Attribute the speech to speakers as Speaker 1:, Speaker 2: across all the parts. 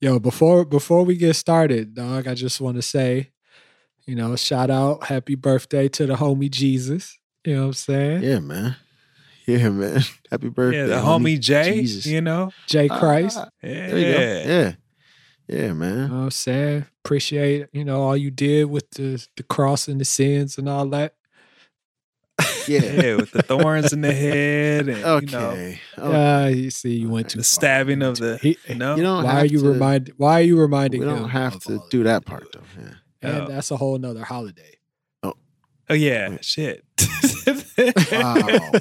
Speaker 1: Yo, before before we get started, dog, I just want to say, you know, shout out, happy birthday to the homie Jesus. You know what I'm saying?
Speaker 2: Yeah, man. Yeah, man. Happy birthday.
Speaker 3: yeah, the homie Jay,
Speaker 2: Jesus.
Speaker 3: you know?
Speaker 1: Jay
Speaker 2: Ah,
Speaker 1: Christ. Uh,
Speaker 3: Yeah.
Speaker 2: there you go. Yeah. Yeah,
Speaker 1: you know
Speaker 2: man.
Speaker 1: what I'm saying? Appreciate, you know, all you did with the the cross and the sins and all that.
Speaker 2: Yeah.
Speaker 3: Yeah, with the thorns in the head and you know,
Speaker 2: Okay. Oh,
Speaker 1: Ah, you see, you went too
Speaker 3: the
Speaker 1: far.
Speaker 3: stabbing of the
Speaker 1: He-
Speaker 3: you know?
Speaker 2: you don't
Speaker 1: why
Speaker 2: have
Speaker 1: are you
Speaker 2: to,
Speaker 1: remind why are you
Speaker 2: We
Speaker 1: reminding him?
Speaker 2: don't have
Speaker 1: of
Speaker 2: to
Speaker 1: all
Speaker 2: do
Speaker 1: that?
Speaker 2: that part though. Yeah.
Speaker 1: And
Speaker 3: Oh.
Speaker 1: that's a whole nother holiday.
Speaker 3: Oh yeah,
Speaker 2: Wait.
Speaker 3: shit.
Speaker 2: Wow.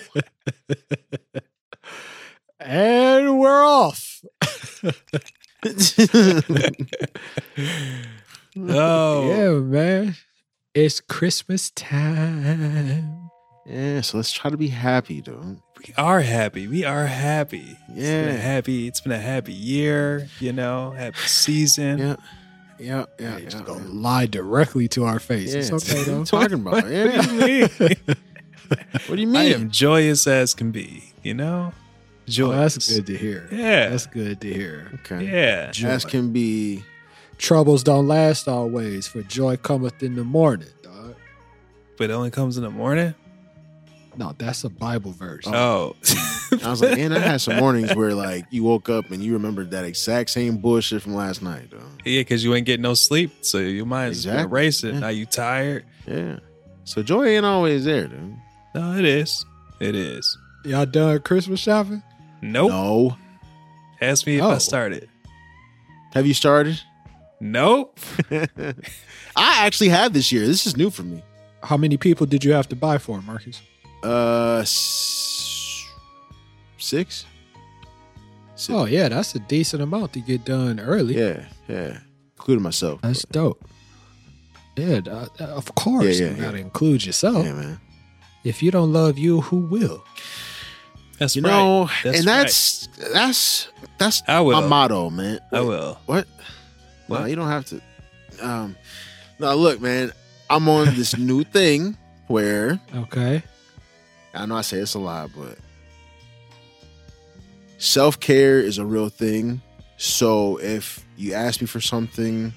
Speaker 1: and we're off.
Speaker 3: Oh
Speaker 1: Yeah, man. It's Christmas time.
Speaker 2: yeah, so let's try to be happy, dude.
Speaker 3: we are happy. We are happy. It's been
Speaker 2: Yeah.
Speaker 3: a happy. It's been a happy year, you know, happy season.
Speaker 2: Yeah. Yeah, yeah,
Speaker 1: Yeah,
Speaker 2: yeah.
Speaker 1: just
Speaker 2: yeah.
Speaker 1: gonna lie directly to our face. It's
Speaker 2: Yeah.
Speaker 1: okay though.
Speaker 2: What are you talking about? Yeah.
Speaker 3: What do you mean?
Speaker 2: What do you
Speaker 3: I
Speaker 2: mean?
Speaker 3: am joyous as can be, you know?
Speaker 1: Oh,
Speaker 3: Joyous.
Speaker 1: that's good to hear.
Speaker 3: Yeah.
Speaker 1: That's good to hear.
Speaker 2: okay.
Speaker 3: yeah.
Speaker 2: As can be
Speaker 1: Troubles don't last always, for joy cometh in the morning. Dog.
Speaker 3: But it only comes in the morning.
Speaker 1: No, that's a Bible verse.
Speaker 3: Oh.
Speaker 2: I was like, man, I had some mornings where like you woke up and you remembered that exact same bullshit from last night, though.
Speaker 3: Yeah, because you ain't getting no sleep, so your mind's been
Speaker 2: Exactly.
Speaker 3: racing.
Speaker 2: Yeah.
Speaker 3: Now you tired.
Speaker 2: Yeah. So joy ain't always there, dude.
Speaker 3: No, it is. It is.
Speaker 1: Y'all done Christmas shopping?
Speaker 3: Nope.
Speaker 2: No.
Speaker 3: Ask me if
Speaker 1: Oh.
Speaker 3: I started.
Speaker 2: Have you started?
Speaker 3: Nope.
Speaker 2: I actually have this year. This is new for me.
Speaker 1: How many people did you have to buy for, Marcus?
Speaker 2: Uh, s- six. Six.
Speaker 1: Oh yeah, that's a decent amount to get done early.
Speaker 2: yeah, yeah. Including myself.
Speaker 1: That's
Speaker 2: but-
Speaker 1: dope. Yeah, d- uh, of course
Speaker 2: Yeah, yeah,
Speaker 1: you gotta
Speaker 2: yeah.
Speaker 1: include yourself.
Speaker 3: Oh.
Speaker 2: Yeah, man.
Speaker 1: If you don't love you, who will?
Speaker 3: That's
Speaker 2: You
Speaker 3: right.
Speaker 2: know,
Speaker 3: That's
Speaker 2: and that's that's that's
Speaker 3: I will.
Speaker 2: my motto, man.
Speaker 3: I will.
Speaker 2: What?
Speaker 3: What?
Speaker 2: No, you don't have to. Um, no, look, man. I'm on this new thing where
Speaker 1: Okay.
Speaker 2: I know I say it's a lot, but self care is a real thing. So if you ask me for something,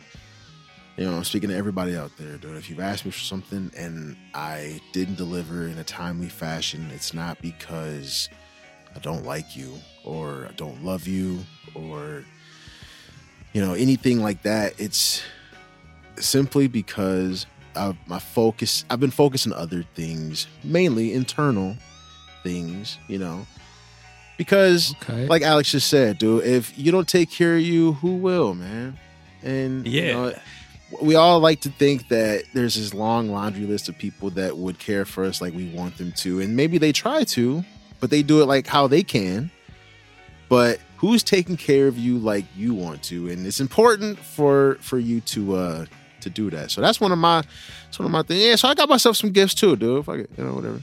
Speaker 2: you know, I'm speaking to everybody out there, dude. If you've asked me for something and I didn't deliver in a timely fashion, it's not because I don't like you or I don't love you or, you know, anything like that. It's simply because I, my focus i've been focusing on other things mainly internal things you know because
Speaker 1: Okay.
Speaker 2: like alex just said dude if you don't take care of you who will man and you
Speaker 3: Yeah.
Speaker 2: know, we all like to think that there's this long laundry list of people that would care for us like we want them to and maybe they try to but they do it like how they can but who's taking care of you like you want to and it's important for for you to uh to do that so that's one of my that's one of my things yeah so i got myself some gifts too dude fuck it you know whatever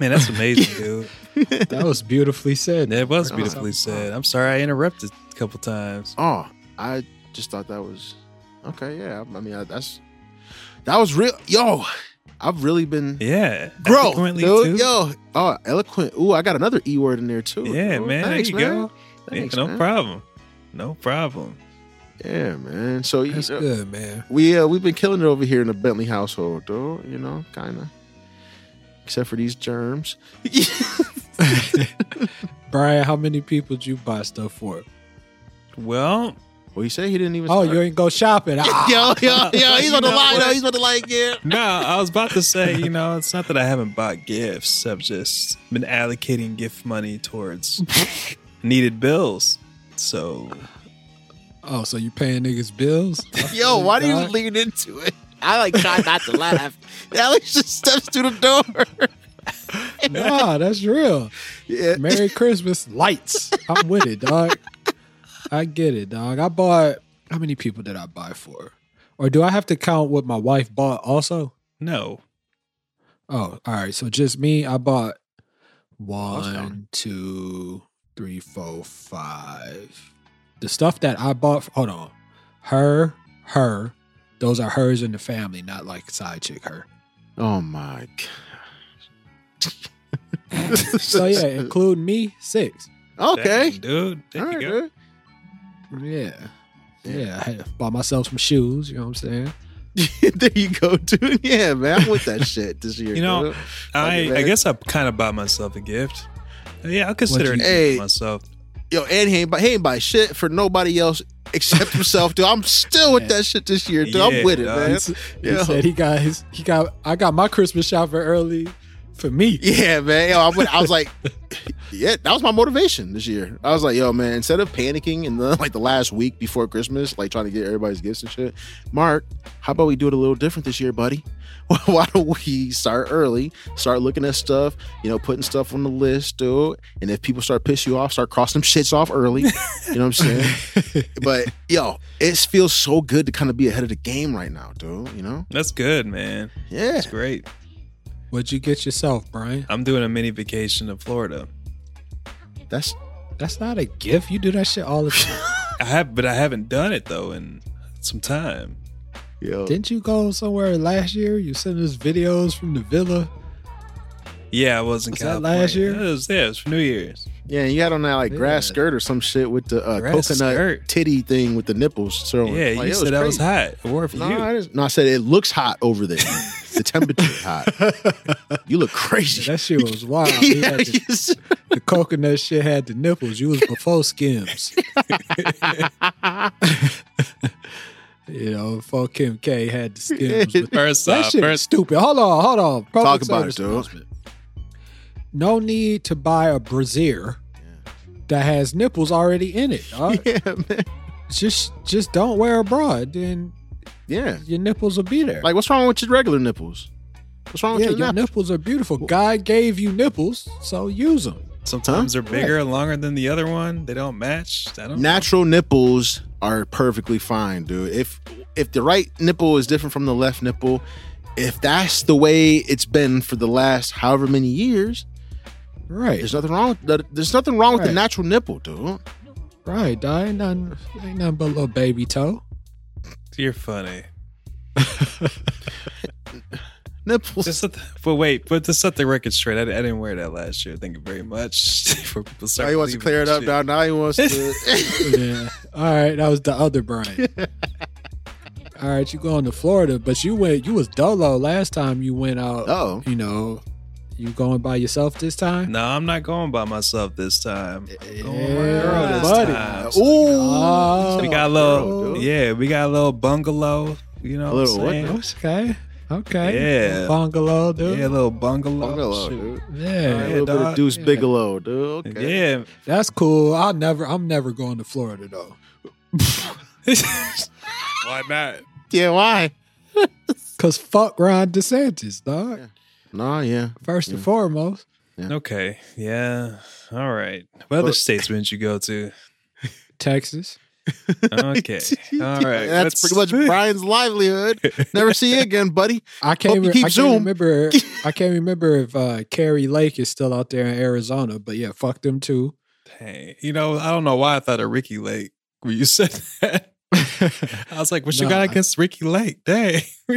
Speaker 3: Man, that's amazing, dude.
Speaker 1: that was beautifully said.
Speaker 3: That was
Speaker 1: Marcus.
Speaker 3: beautifully said. I'm sorry I interrupted a couple times.
Speaker 2: oh i just thought that was okay yeah i mean I, that's that was real yo i've really been
Speaker 3: Yeah.
Speaker 2: Bro,
Speaker 3: Eloquently,
Speaker 2: dude,
Speaker 3: too.
Speaker 2: yo, oh, eloquent. Ooh, I got another e word in there too.
Speaker 3: yeah,
Speaker 2: dude.
Speaker 3: man.
Speaker 2: Thanks,
Speaker 3: there you
Speaker 2: man.
Speaker 3: go.
Speaker 2: Thanks,
Speaker 3: yeah, no
Speaker 2: man.
Speaker 3: problem. No problem.
Speaker 2: Yeah, man. So you
Speaker 1: That's
Speaker 2: know,
Speaker 1: good, man.
Speaker 2: we uh, we've been killing it over here in the Bentley household, though. You know, kind of. Except for these germs.
Speaker 1: Brian, how many people did you buy stuff for?
Speaker 3: Well,
Speaker 2: well, he said he didn't even.
Speaker 1: Oh,
Speaker 2: start.
Speaker 1: you ain't go shopping. Ah,
Speaker 2: yo, yo, yo, he's
Speaker 3: You
Speaker 2: on the
Speaker 3: know
Speaker 2: line.
Speaker 3: what?
Speaker 2: though. He's on the line. Yeah.
Speaker 3: no, I was about to say, you know, it's not that I haven't bought gifts. I've just been allocating gift money towards needed bills. So
Speaker 1: Oh, so you paying niggas bills? Oh,
Speaker 2: Yo, why do you
Speaker 1: Dog.
Speaker 2: lean into it? I like try not to laugh. Alex just steps through the door.
Speaker 1: Nah, that's real.
Speaker 2: yeah.
Speaker 1: Merry Christmas lights. I'm with it, dog. I get it, dog. I bought how many people did I buy for? Or do I have to count what my wife bought also?
Speaker 3: no.
Speaker 1: Oh, all right. So just me, I bought
Speaker 2: that's fine.
Speaker 1: one, two, three, four, five. The stuff that I bought, hold on. Her, her, those are hers in the family, not like side chick her.
Speaker 2: Oh my god.
Speaker 1: So yeah, include me, six.
Speaker 2: Okay.
Speaker 3: Damn, dude. There
Speaker 2: All
Speaker 3: you
Speaker 2: right,
Speaker 3: go.
Speaker 2: dude.
Speaker 1: Yeah.
Speaker 2: Yeah.
Speaker 1: Yeah, I had- bought myself some shoes. You know what I'm saying?
Speaker 2: there you go, dude. Yeah, man, I'm with that shit this year.
Speaker 3: You know,
Speaker 2: dude.
Speaker 3: I, I
Speaker 2: man.
Speaker 3: guess I kind of bought myself a gift. Yeah, I'll consider it
Speaker 1: What'd
Speaker 2: you- Hey.
Speaker 3: hey. myself.
Speaker 2: yo, and he ain't buy, he ain't buy shit for nobody else except himself, dude. I'm still with that shit this year, dude.
Speaker 3: Yeah,
Speaker 2: I'm with it,
Speaker 3: dog.
Speaker 2: man.
Speaker 1: He
Speaker 2: Yo.
Speaker 1: He said he got his. He got. I got my Christmas shopping early for me.
Speaker 2: Yeah, man. Yo, I, went, I was like, yeah, that was my motivation this year. I was like, yo, man, instead of panicking in the like the last week before Christmas, like trying to get everybody's gifts and shit, Mark, how about we do it a little different this year, buddy? Why don't we start early, start looking at stuff, you know, putting stuff on the list, dude. And if people start pissing you off, start crossing them shits off early. You know what I'm saying? but yo, it feels so good to kind of be ahead of the game right now, dude. You know?
Speaker 3: That's good, man.
Speaker 2: Yeah.
Speaker 3: That's great.
Speaker 1: What'd you get yourself, Brian?
Speaker 3: I'm doing a mini vacation to Florida.
Speaker 2: That's
Speaker 1: That's not a gift. You do that shit all the time.
Speaker 3: I have, but I haven't done it though in some time.
Speaker 2: yo.
Speaker 1: Didn't you go somewhere last year? You sent us videos from the villa.
Speaker 3: Yeah, I was in
Speaker 1: Was that
Speaker 3: California.
Speaker 1: last year?
Speaker 3: Yeah, it was, yeah, it was for New Year's.
Speaker 2: Yeah, and you had on that like grass
Speaker 1: Yeah.
Speaker 2: skirt or some shit with the uh, coconut
Speaker 3: Grass skirt.
Speaker 2: titty thing with the nipples. So
Speaker 3: yeah, you said that was hot. I wore it for
Speaker 2: No,
Speaker 3: you.
Speaker 2: I just- no, I said it looks hot over there. the temperature's hot. You look crazy.
Speaker 1: That shit was wild. He
Speaker 2: yeah,
Speaker 1: had the,
Speaker 2: yes.
Speaker 1: the coconut shit had the nipples. You was before Skims. you know, before Kim K had the Skims. with
Speaker 3: First
Speaker 1: That
Speaker 3: off,
Speaker 1: shit is
Speaker 3: first
Speaker 1: stupid. Hold on, hold on. Public
Speaker 2: Talk about it,
Speaker 1: service announcement.
Speaker 2: dude.
Speaker 1: No need to buy a brassiere that has nipples already in it. dog.
Speaker 2: yeah, man.
Speaker 1: Just, just don't wear a bra, then
Speaker 2: Yeah.
Speaker 1: your nipples will be there.
Speaker 2: Like, what's wrong with your regular nipples? What's wrong with
Speaker 1: yeah,
Speaker 2: your,
Speaker 1: your
Speaker 2: nipples?
Speaker 1: nipples are beautiful. God gave you nipples, so use them.
Speaker 3: sometimes they're bigger and longer than the other one. They don't match. I don't.
Speaker 2: Natural nipples are perfectly fine, dude. If if the right nipple is different from the left nipple, if that's the way it's been for the last however many years,
Speaker 1: Right,
Speaker 2: There's nothing wrong. With, there's nothing wrong with the
Speaker 1: Right.
Speaker 2: natural nipple, dude.
Speaker 1: right. dawg. Ain't nothing, ain't nothing but a little baby toe.
Speaker 3: You're funny.
Speaker 2: Nipples.
Speaker 3: Just let the, but wait, but to set the record straight, I, I didn't wear that last year. Thank you very much. For people start
Speaker 2: Now he wants to
Speaker 3: believing
Speaker 2: clear it
Speaker 3: that
Speaker 2: up.
Speaker 3: shit.
Speaker 2: Now, now he wants to.
Speaker 1: yeah. All right, that was the other Brian. All right, you going to Florida, but you went. You was dolo last time you went out.
Speaker 2: oh,
Speaker 1: you know, you going by yourself this time?
Speaker 3: No, I'm not going by myself this time. I'm going with my
Speaker 1: Yeah,
Speaker 3: girl this
Speaker 1: buddy.
Speaker 3: time.
Speaker 2: ooh.
Speaker 1: Oh.
Speaker 3: we got a
Speaker 2: Girl,
Speaker 3: little,
Speaker 2: dude.
Speaker 3: yeah, we got a little bungalow. You know,
Speaker 2: A little
Speaker 3: what? I'm saying?
Speaker 1: Okay. Okay.
Speaker 3: Yeah.
Speaker 1: Bungalow, dude.
Speaker 3: Yeah, a
Speaker 1: Yeah.
Speaker 3: little bungalow.
Speaker 2: Bungalow,
Speaker 3: Shoot.
Speaker 2: dude.
Speaker 1: Yeah,
Speaker 2: a little bit of
Speaker 3: dog.
Speaker 2: Deuce
Speaker 1: Yeah.
Speaker 2: Bigelow, dude. Okay.
Speaker 3: Yeah.
Speaker 1: that's cool. I'll never. I'm never going to Florida though.
Speaker 3: Why not?
Speaker 2: Yeah, why?
Speaker 1: Cause fuck Ron DeSantis, dog.
Speaker 2: Yeah. Nah, yeah.
Speaker 1: First and foremost.
Speaker 3: Okay. Yeah. All right. What other
Speaker 2: But-
Speaker 3: states wouldn't you go to?
Speaker 1: Texas.
Speaker 3: Okay. All right.
Speaker 2: That's
Speaker 3: let's-
Speaker 2: pretty much Brian's livelihood. Never see you again, buddy.
Speaker 1: I can't,
Speaker 2: Hope
Speaker 1: re-
Speaker 2: you Oh, keep
Speaker 1: I can't
Speaker 2: Zoom.
Speaker 1: remember. I can't remember if uh, Carrie Lake is still out there in Arizona, but yeah, fuck them too.
Speaker 3: Dang. You know, I don't know why I thought of Ricky Lake when you said that. I was like, what you
Speaker 1: Nah.
Speaker 3: got against Ricky Lake? Dang.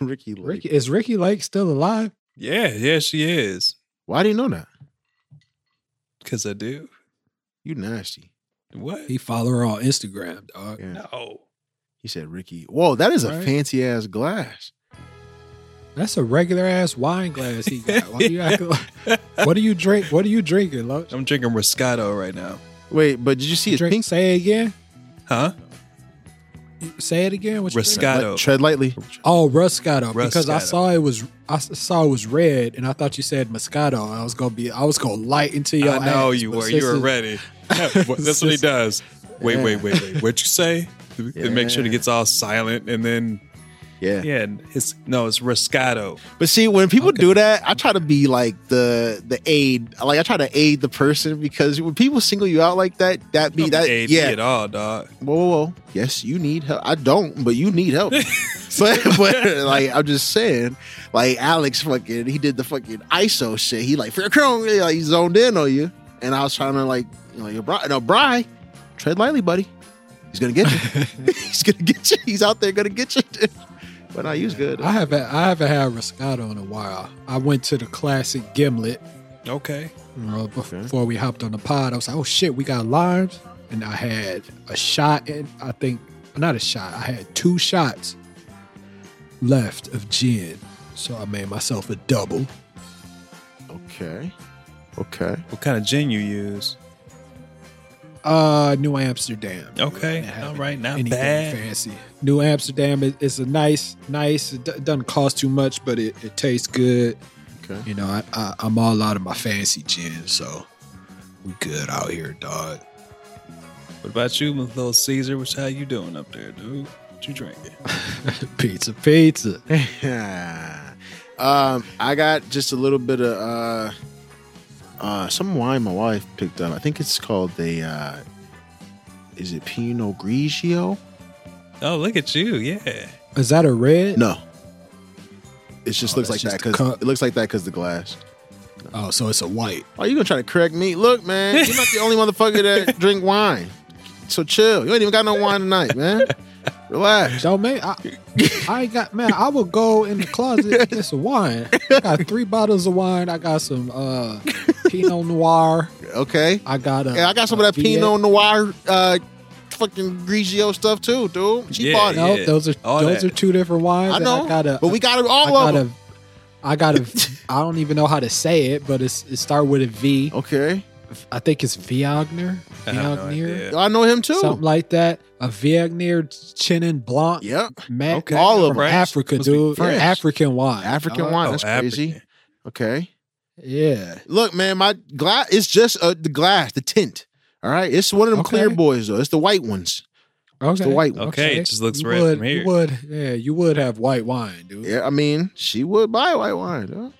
Speaker 2: Ricky, Lake.
Speaker 1: Ricky is Ricky Lake still alive?
Speaker 3: yeah. Yeah, she is.
Speaker 2: Why do you know that?
Speaker 3: Because I do.
Speaker 2: You nasty.
Speaker 3: What?
Speaker 1: He follow her on Instagram, dog.
Speaker 2: Yeah.
Speaker 3: No.
Speaker 2: He said Ricky. Whoa, that is a
Speaker 1: Right.
Speaker 2: fancy ass glass.
Speaker 1: That's a regular ass wine glass he got. Why you acting like- what do you drink? What are you drinking, Loach?
Speaker 3: I'm drinking Moscato right now.
Speaker 2: Wait, but did you see his
Speaker 1: Drink-
Speaker 2: pink?
Speaker 1: Say it again.
Speaker 3: Huh?
Speaker 1: Say it again. What you drink?
Speaker 3: Risca- Moscato.
Speaker 2: Tread lightly.
Speaker 1: Oh, Ruscato. Because I
Speaker 3: Roscato.
Speaker 1: saw it was I s- saw it was red, and I thought you said Moscato. I was gonna be I was gonna light into your.
Speaker 3: I know
Speaker 1: ass,
Speaker 3: you
Speaker 1: but
Speaker 3: were.
Speaker 1: since
Speaker 3: You were
Speaker 1: it's-
Speaker 3: ready. That's what he does. Wait, wait, wait, wait. What you say? And make sure it
Speaker 2: Yeah.
Speaker 3: gets all silent, and then
Speaker 2: Yeah.
Speaker 3: yeah, and it's no, it's Riscato.
Speaker 2: But see, when people
Speaker 1: Okay.
Speaker 2: do that, I try to be like the the aid. Like I try to aid the person because when people single you out like that, that be
Speaker 3: Don't
Speaker 2: that
Speaker 3: AD
Speaker 2: yeah.
Speaker 3: at all, dog.
Speaker 2: Whoa, whoa, whoa. Yes, you need help. I don't, but you need help. but but like I'm just saying, like Alex fucking he did the fucking ISO shit. He like fair crown, like he zoned in on you. And I was trying to like, you know, your bri no Bri, tread lightly, buddy. He's gonna get you. He's gonna get you. He's out there gonna get you. dude. But I use good.
Speaker 1: I haven't I haven't had Riscato in a while. I went to the classic Gimlet
Speaker 3: Okay.
Speaker 1: you know, bef- before we hopped on the pod. I was like, oh shit, we got limes, and I had a shot and I think not a shot. I had two shots left of gin, so I made myself a double.
Speaker 2: Okay. Okay.
Speaker 3: What kind of gin you use?
Speaker 1: Uh, New Amsterdam.
Speaker 3: Okay,
Speaker 1: They haven't
Speaker 3: all right, not
Speaker 1: anything
Speaker 3: bad.
Speaker 1: Fancy. New Amsterdam is, is a nice, nice. It do- doesn't cost too much, but it, it tastes good.
Speaker 2: Okay.
Speaker 1: You know, I, I I'm all out of my fancy gin, so we good out here, dog.
Speaker 3: What about you, little Caesar? What's how you doing up there, dude? What you drinking?
Speaker 1: pizza, pizza.
Speaker 2: um, I got just a little bit of uh, uh, some wine my wife picked up. I think it's called the. Uh, is it Pinot Grigio?
Speaker 3: Oh, look at you! Yeah,
Speaker 1: Is that a red?
Speaker 2: No. It just
Speaker 1: Oh,
Speaker 2: looks like
Speaker 1: that's
Speaker 2: that
Speaker 1: just the
Speaker 2: because
Speaker 1: cup.
Speaker 2: it looks like that because the glass.
Speaker 1: Oh, so it's a white.
Speaker 2: Oh, you gonna try to correct me? Look, man, you're not the only motherfucker that drink wine. So chill. You ain't even got no wine tonight, man. Relax.
Speaker 1: Yo, man, I, I ain't got man. I will go in the closet and get some wine. I got three bottles of wine. I got some uh Pinot Noir.
Speaker 2: Okay.
Speaker 1: I got a.
Speaker 2: Yeah, I got some of that
Speaker 1: a Viet-
Speaker 2: Pinot Noir, uh, fucking Grigio stuff too, dude. She
Speaker 3: Yeah,
Speaker 2: bought it.
Speaker 1: No,
Speaker 3: Yeah,
Speaker 1: those are
Speaker 3: all
Speaker 1: those
Speaker 3: that.
Speaker 1: are two different wines.
Speaker 2: I
Speaker 1: and
Speaker 2: know,
Speaker 1: I got a.
Speaker 2: but we got it
Speaker 1: I
Speaker 2: all
Speaker 1: got
Speaker 2: of them.
Speaker 1: a. I got a. I don't even know how to say it, but it's it start with a V.
Speaker 2: Okay,
Speaker 1: I think it's Viognier.
Speaker 3: I have no
Speaker 1: Viognier.
Speaker 3: idea.
Speaker 2: I know him too.
Speaker 1: something like that. A Viognier Chenin Blanc.
Speaker 2: yeah,
Speaker 1: Mac,
Speaker 3: Okay.
Speaker 2: all of
Speaker 1: from
Speaker 2: them.
Speaker 3: French.
Speaker 1: Africa,
Speaker 3: Must be
Speaker 1: dude.
Speaker 2: French.
Speaker 1: African wine.
Speaker 2: African
Speaker 1: dog.
Speaker 2: wine.
Speaker 3: Oh,
Speaker 2: That's crazy.
Speaker 3: African.
Speaker 2: Okay,
Speaker 1: Yeah.
Speaker 2: look, man, my glass. It's just uh, the glass, the tint. All right, it's one of them
Speaker 1: Okay.
Speaker 2: clear boys though. It's the white ones.
Speaker 1: Okay.
Speaker 2: It's the white ones.
Speaker 3: Okay, it just looks
Speaker 1: you
Speaker 3: red
Speaker 1: would,
Speaker 3: from here.
Speaker 1: You would, yeah, you would have white wine, dude.
Speaker 2: Yeah, I mean, she would buy white wine.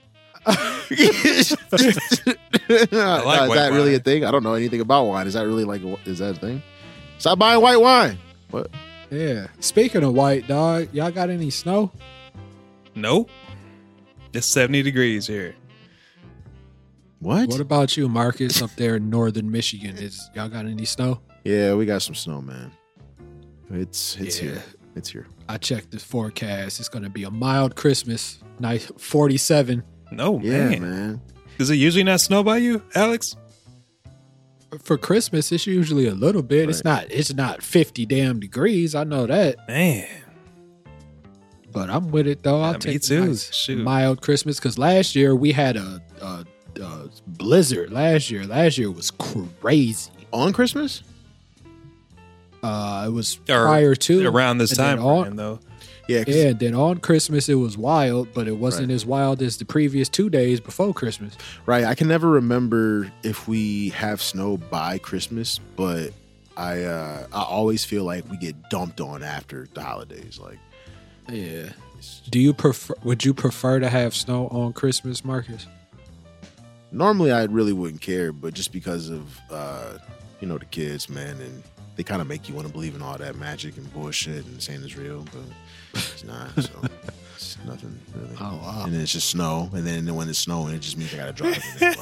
Speaker 2: Huh? is
Speaker 3: like white
Speaker 2: that really a
Speaker 3: wine.
Speaker 2: thing? I don't know anything about wine. Is that really like a- is that a thing? Stop buying white wine.
Speaker 1: Yeah. Speaking of white, dog, y'all got any snow?
Speaker 3: Nope. It's seventy degrees here.
Speaker 2: What?
Speaker 1: What about you, Marcus, up there in northern Michigan? Is y'all got any snow?
Speaker 2: Yeah, we got some snow, man. It's it's
Speaker 1: Yeah.
Speaker 2: here. It's here.
Speaker 1: I checked the forecast. It's going to be a mild Christmas. Nice 47
Speaker 3: No
Speaker 2: yeah,
Speaker 3: man.
Speaker 2: man.
Speaker 3: Does it usually not snow by you, Alex?
Speaker 1: for Christmas. It's usually a little bit. It's not. It's not 50 damn degrees. I know that,
Speaker 3: Man,
Speaker 1: but I'm with it though. I'll
Speaker 3: Yeah, me
Speaker 1: take the
Speaker 3: too.
Speaker 1: nice
Speaker 3: Shoot.
Speaker 1: mild Christmas because last year we had a, a, a blizzard. Last year, last year was crazy.
Speaker 2: On Christmas?
Speaker 1: Uh, it was
Speaker 3: Or
Speaker 1: prior to
Speaker 3: around this
Speaker 1: And then
Speaker 3: time
Speaker 1: all-
Speaker 3: frame, though.
Speaker 2: Yeah, 'cause-
Speaker 1: Yeah, and then on Christmas it was wild, but it wasn't as wild as the previous two days before Christmas.
Speaker 2: right. I can never remember if we have snow by Christmas, but I uh I always feel like we get dumped on after the holidays. Like
Speaker 1: Yeah.
Speaker 2: it's-
Speaker 1: Do you prefer? Would you prefer to have snow on Christmas, Marcus?
Speaker 2: normally I really wouldn't care, but just because of uh you know the kids, man, and they kind of make you want to believe in all that magic and bullshit and saying it's real, but it's not. So it's nothing really.
Speaker 1: Oh, wow!
Speaker 2: and then it's just snow. And then when it's snowing, it just means I gotta drive. in it,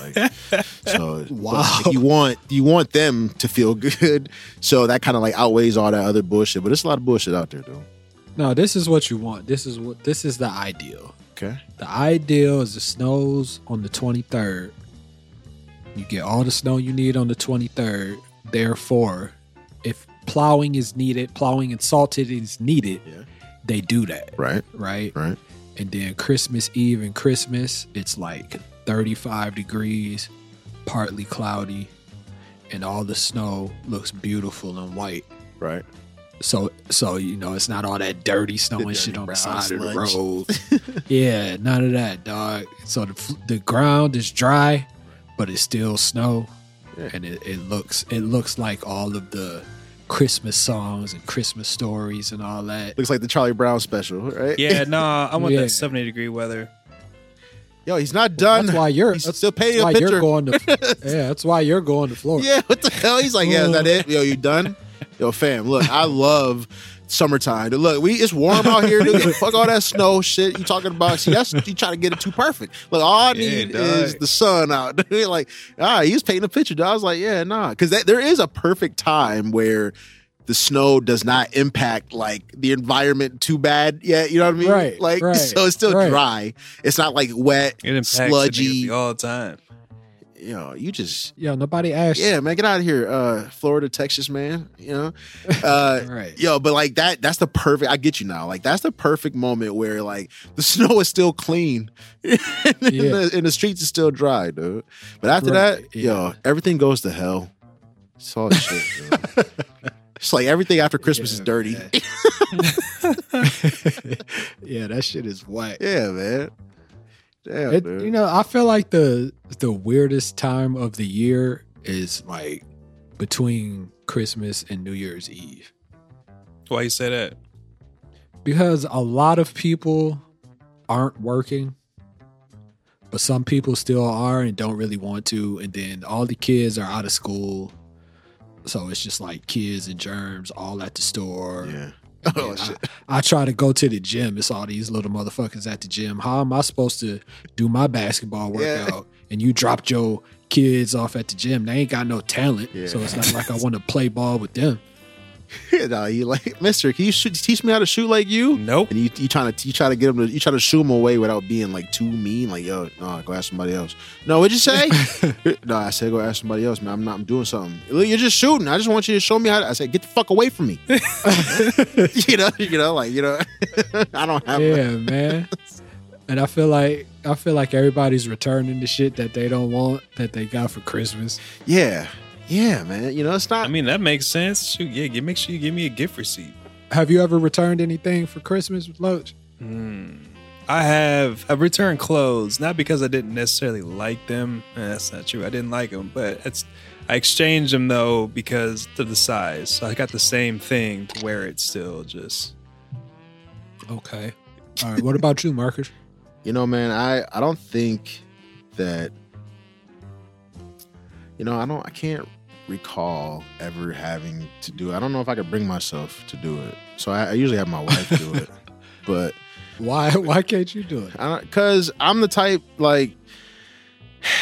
Speaker 2: like, so
Speaker 1: Wow.
Speaker 2: like, you want you want them to feel good, so that kind of like outweighs all that other bullshit. But it's a lot of bullshit out there, though.
Speaker 1: No, this is what you want. This is what this is the ideal.
Speaker 2: Okay,
Speaker 1: The ideal is the snows on the 23rd. You get all the snow you need on the 23rd. Therefore, if plowing is needed, plowing and salted is needed,
Speaker 2: Yeah.
Speaker 1: they do that,
Speaker 2: right,
Speaker 1: right?
Speaker 2: right.
Speaker 1: And then Christmas Eve and Christmas, it's like 35 degrees, partly cloudy, and all the snow looks beautiful and white.
Speaker 2: Right.
Speaker 1: So, so you know, it's not all that dirty snow
Speaker 2: The
Speaker 1: and shit
Speaker 2: dirty
Speaker 1: on the
Speaker 2: brown
Speaker 1: side of the
Speaker 2: sludge.
Speaker 1: road. yeah, none of that, dog. So the fl- the ground is dry, but it's still snow,
Speaker 2: Yeah.
Speaker 1: and it, it looks it looks like all of the Christmas songs and Christmas stories and all that.
Speaker 2: Looks like the Charlie Brown special, right?
Speaker 3: Yeah, nah, I want
Speaker 1: Yeah.
Speaker 3: that seventy degree weather.
Speaker 2: Yo, he's not done.
Speaker 1: That's why you're
Speaker 2: he's
Speaker 1: that's
Speaker 2: still painting a
Speaker 1: why you're
Speaker 2: picture.
Speaker 1: going to yeah. That's why you're going to Florida.
Speaker 2: Yeah, what the hell? He's like, yeah, is that it? Yo, you done? Yo, fam, look, I love summertime. Dude, Look, we it's warm out here. Dude. Fuck all that snow shit you talking about. See, that's you trying to get it too perfect. Look, all I
Speaker 3: Yeah,
Speaker 2: need
Speaker 3: dog.
Speaker 2: is the sun out. dude. like, ah, he was painting a picture. Dude. I was like, yeah, nah, because there is a perfect time where the snow does not impact like the environment too bad yet. You know what I mean?
Speaker 1: Right,
Speaker 2: Like,
Speaker 1: right,
Speaker 2: so it's still
Speaker 1: right.
Speaker 2: dry. It's not like wet.
Speaker 3: It impacts
Speaker 2: Sludgy.
Speaker 3: the niggas all the time.
Speaker 2: you know, you just
Speaker 1: Yo, nobody asked.
Speaker 2: yeah, man, get out of here, uh, Florida, Texas, man. You know, uh,
Speaker 1: Right.
Speaker 2: yo, but like that, that's the perfect. I get you now. Like that's the perfect moment where like the snow is still clean, and, the, and the streets is still dry, dude. But after
Speaker 1: Right,
Speaker 2: that, yo, everything goes to hell. It's all shit. dude. It's like everything after Christmas is
Speaker 1: Yeah,
Speaker 2: dirty.
Speaker 1: man. yeah, that shit is whack.
Speaker 2: yeah, man. Damn,
Speaker 1: It-
Speaker 2: dude.
Speaker 1: you know, I feel like the the weirdest time of the year is like between Christmas and New Year's Eve
Speaker 3: Why you say that?
Speaker 1: because a lot of people aren't working, but some people still are and don't really want to. And then all the kids are out of school, so it's just like kids and germs all at the store.
Speaker 2: yeah.
Speaker 1: Man,
Speaker 2: Oh shit.
Speaker 1: I, I try to go to the gym. It's all these little motherfuckers at the gym. How am I supposed to do my basketball
Speaker 2: Yeah.
Speaker 1: workout? And you dropped your kids off at the gym. They ain't got no talent,
Speaker 2: Yeah.
Speaker 1: so it's not like I want to play ball with them.
Speaker 2: no, you like, Mister, can you shoot, teach me how to shoot like you?
Speaker 3: Nope.
Speaker 2: And you, you trying to you try to get them to you try to shoo them away without being like too mean, like yo, no, go ask somebody else. No, what'd you say? no, I said go ask somebody else, man. I'm not. I'm doing something. Look, You're just shooting. I just want you to show me how. To, I said get the fuck away from me. you know, you know, like you know, I don't have.
Speaker 1: Yeah, man. And I feel like I feel like everybody's returning the shit that they don't want that they got for Christmas.
Speaker 2: yeah, yeah, man. You know, it's not.
Speaker 3: I mean, that makes sense. Shoot, yeah, give, make sure you give me a gift receipt.
Speaker 1: Have you ever returned anything for Christmas with lunch?
Speaker 3: Hmm. I have I've returned clothes, not because I didn't necessarily like them. Eh, That's not true. I didn't like them, but it's I exchanged them though because of the size. So I got the same thing to wear it still. Just
Speaker 1: Okay. All right. What about you, Marcus?
Speaker 2: You know, man, I I don't think that you know, I don't I can't recall ever having to do it. I don't know if I could bring myself to do it. So I, I usually have my wife do it. But
Speaker 1: Why why can't you do it?
Speaker 2: I don't cuz I'm the type like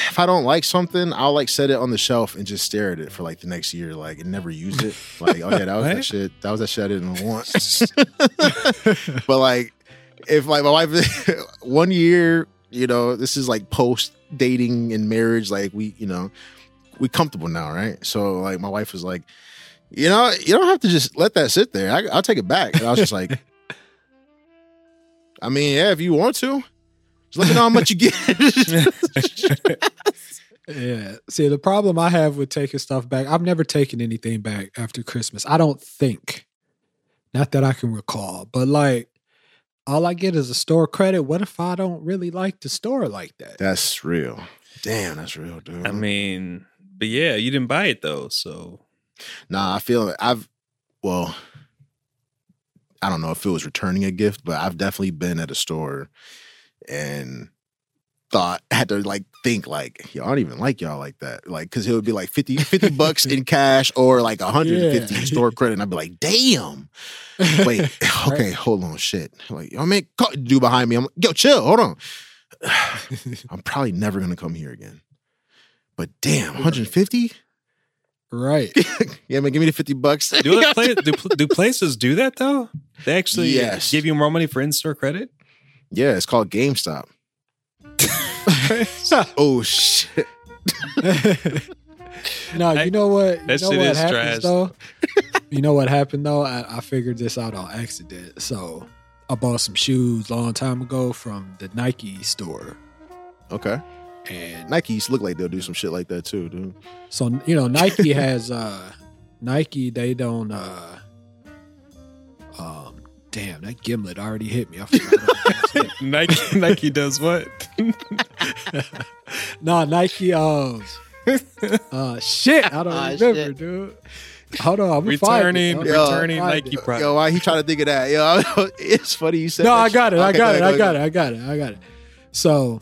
Speaker 2: if I don't like something, I'll like set it on the shelf and just stare at it for like the next year, like and never use it. Like, oh yeah, that was that
Speaker 3: Right?
Speaker 2: shit. That was that shit I didn't want. but like, if like my wife, one year, you know, this is like post dating and marriage. Like we, you know, we comfortable now, right? So like, my wife was like, you know, you don't have to just let that sit there. I, I'll take it back. And I was just like, I mean, yeah, if you want to. Just let me know how much you get.
Speaker 1: Yeah. See, the problem I have with taking stuff back, I've never taken anything back after Christmas. I don't think. Not that I can recall, but like all I get is a store credit. What if I don't really like the store like that?
Speaker 2: That's real. Damn, that's real, dude.
Speaker 3: I mean, but yeah, you didn't buy it though, so
Speaker 2: nah, I feel it. I've, well, I don't know if it was returning a gift, but I've definitely been at a store and thought, had to like think, like, yo, I don't even like y'all like that. Like, cause it would be like 50, 50 bucks in cash or like 150
Speaker 1: Yeah.
Speaker 2: store credit. And I'd be like, damn. Wait, okay, hold on, shit. Like, yo, man, call, dude behind me. I'm like, yo, chill, hold on. I'm probably never gonna come here again. But damn, 150?
Speaker 1: right.
Speaker 2: yeah, man, give me the 50 bucks.
Speaker 3: do it. Play, do, pl- do places do that though? They actually
Speaker 2: Yes.
Speaker 3: give you more money for in-store credit.
Speaker 2: yeah, it's called GameStop. oh shit.
Speaker 1: no,
Speaker 3: I-
Speaker 1: you know what? You
Speaker 3: that
Speaker 1: know
Speaker 3: shit
Speaker 1: what
Speaker 3: is
Speaker 1: happens
Speaker 3: trash.
Speaker 1: though. you know what happened though? I, I figured this out on accident. So I bought some shoes a long time ago from the Nike store,
Speaker 2: Okay.
Speaker 1: and
Speaker 2: Nike used to look like they'll do some shit like that too, dude.
Speaker 1: So you know, Nike has uh Nike. They don't. uh Um, damn, that gimlet already hit me. I forgot what I was saying.
Speaker 3: Nike Nike does what?
Speaker 1: no, Nike. Um, uh, shit, I don't
Speaker 2: Ah,
Speaker 1: remember,
Speaker 2: shit.
Speaker 1: dude. Hold on, I'm gonna find it.
Speaker 3: returning
Speaker 1: I'm
Speaker 2: Yeah.
Speaker 1: gonna
Speaker 3: returning
Speaker 1: find
Speaker 3: Nike
Speaker 1: it.
Speaker 3: products.
Speaker 2: Yo, why he trying to think of that? Yo, it's funny you said
Speaker 1: No,
Speaker 2: that
Speaker 1: I
Speaker 2: shit.
Speaker 1: got it. I
Speaker 2: Okay,
Speaker 1: got it.
Speaker 2: go
Speaker 1: I
Speaker 2: ahead,
Speaker 1: got
Speaker 2: go
Speaker 1: it. I got it. I got it. So,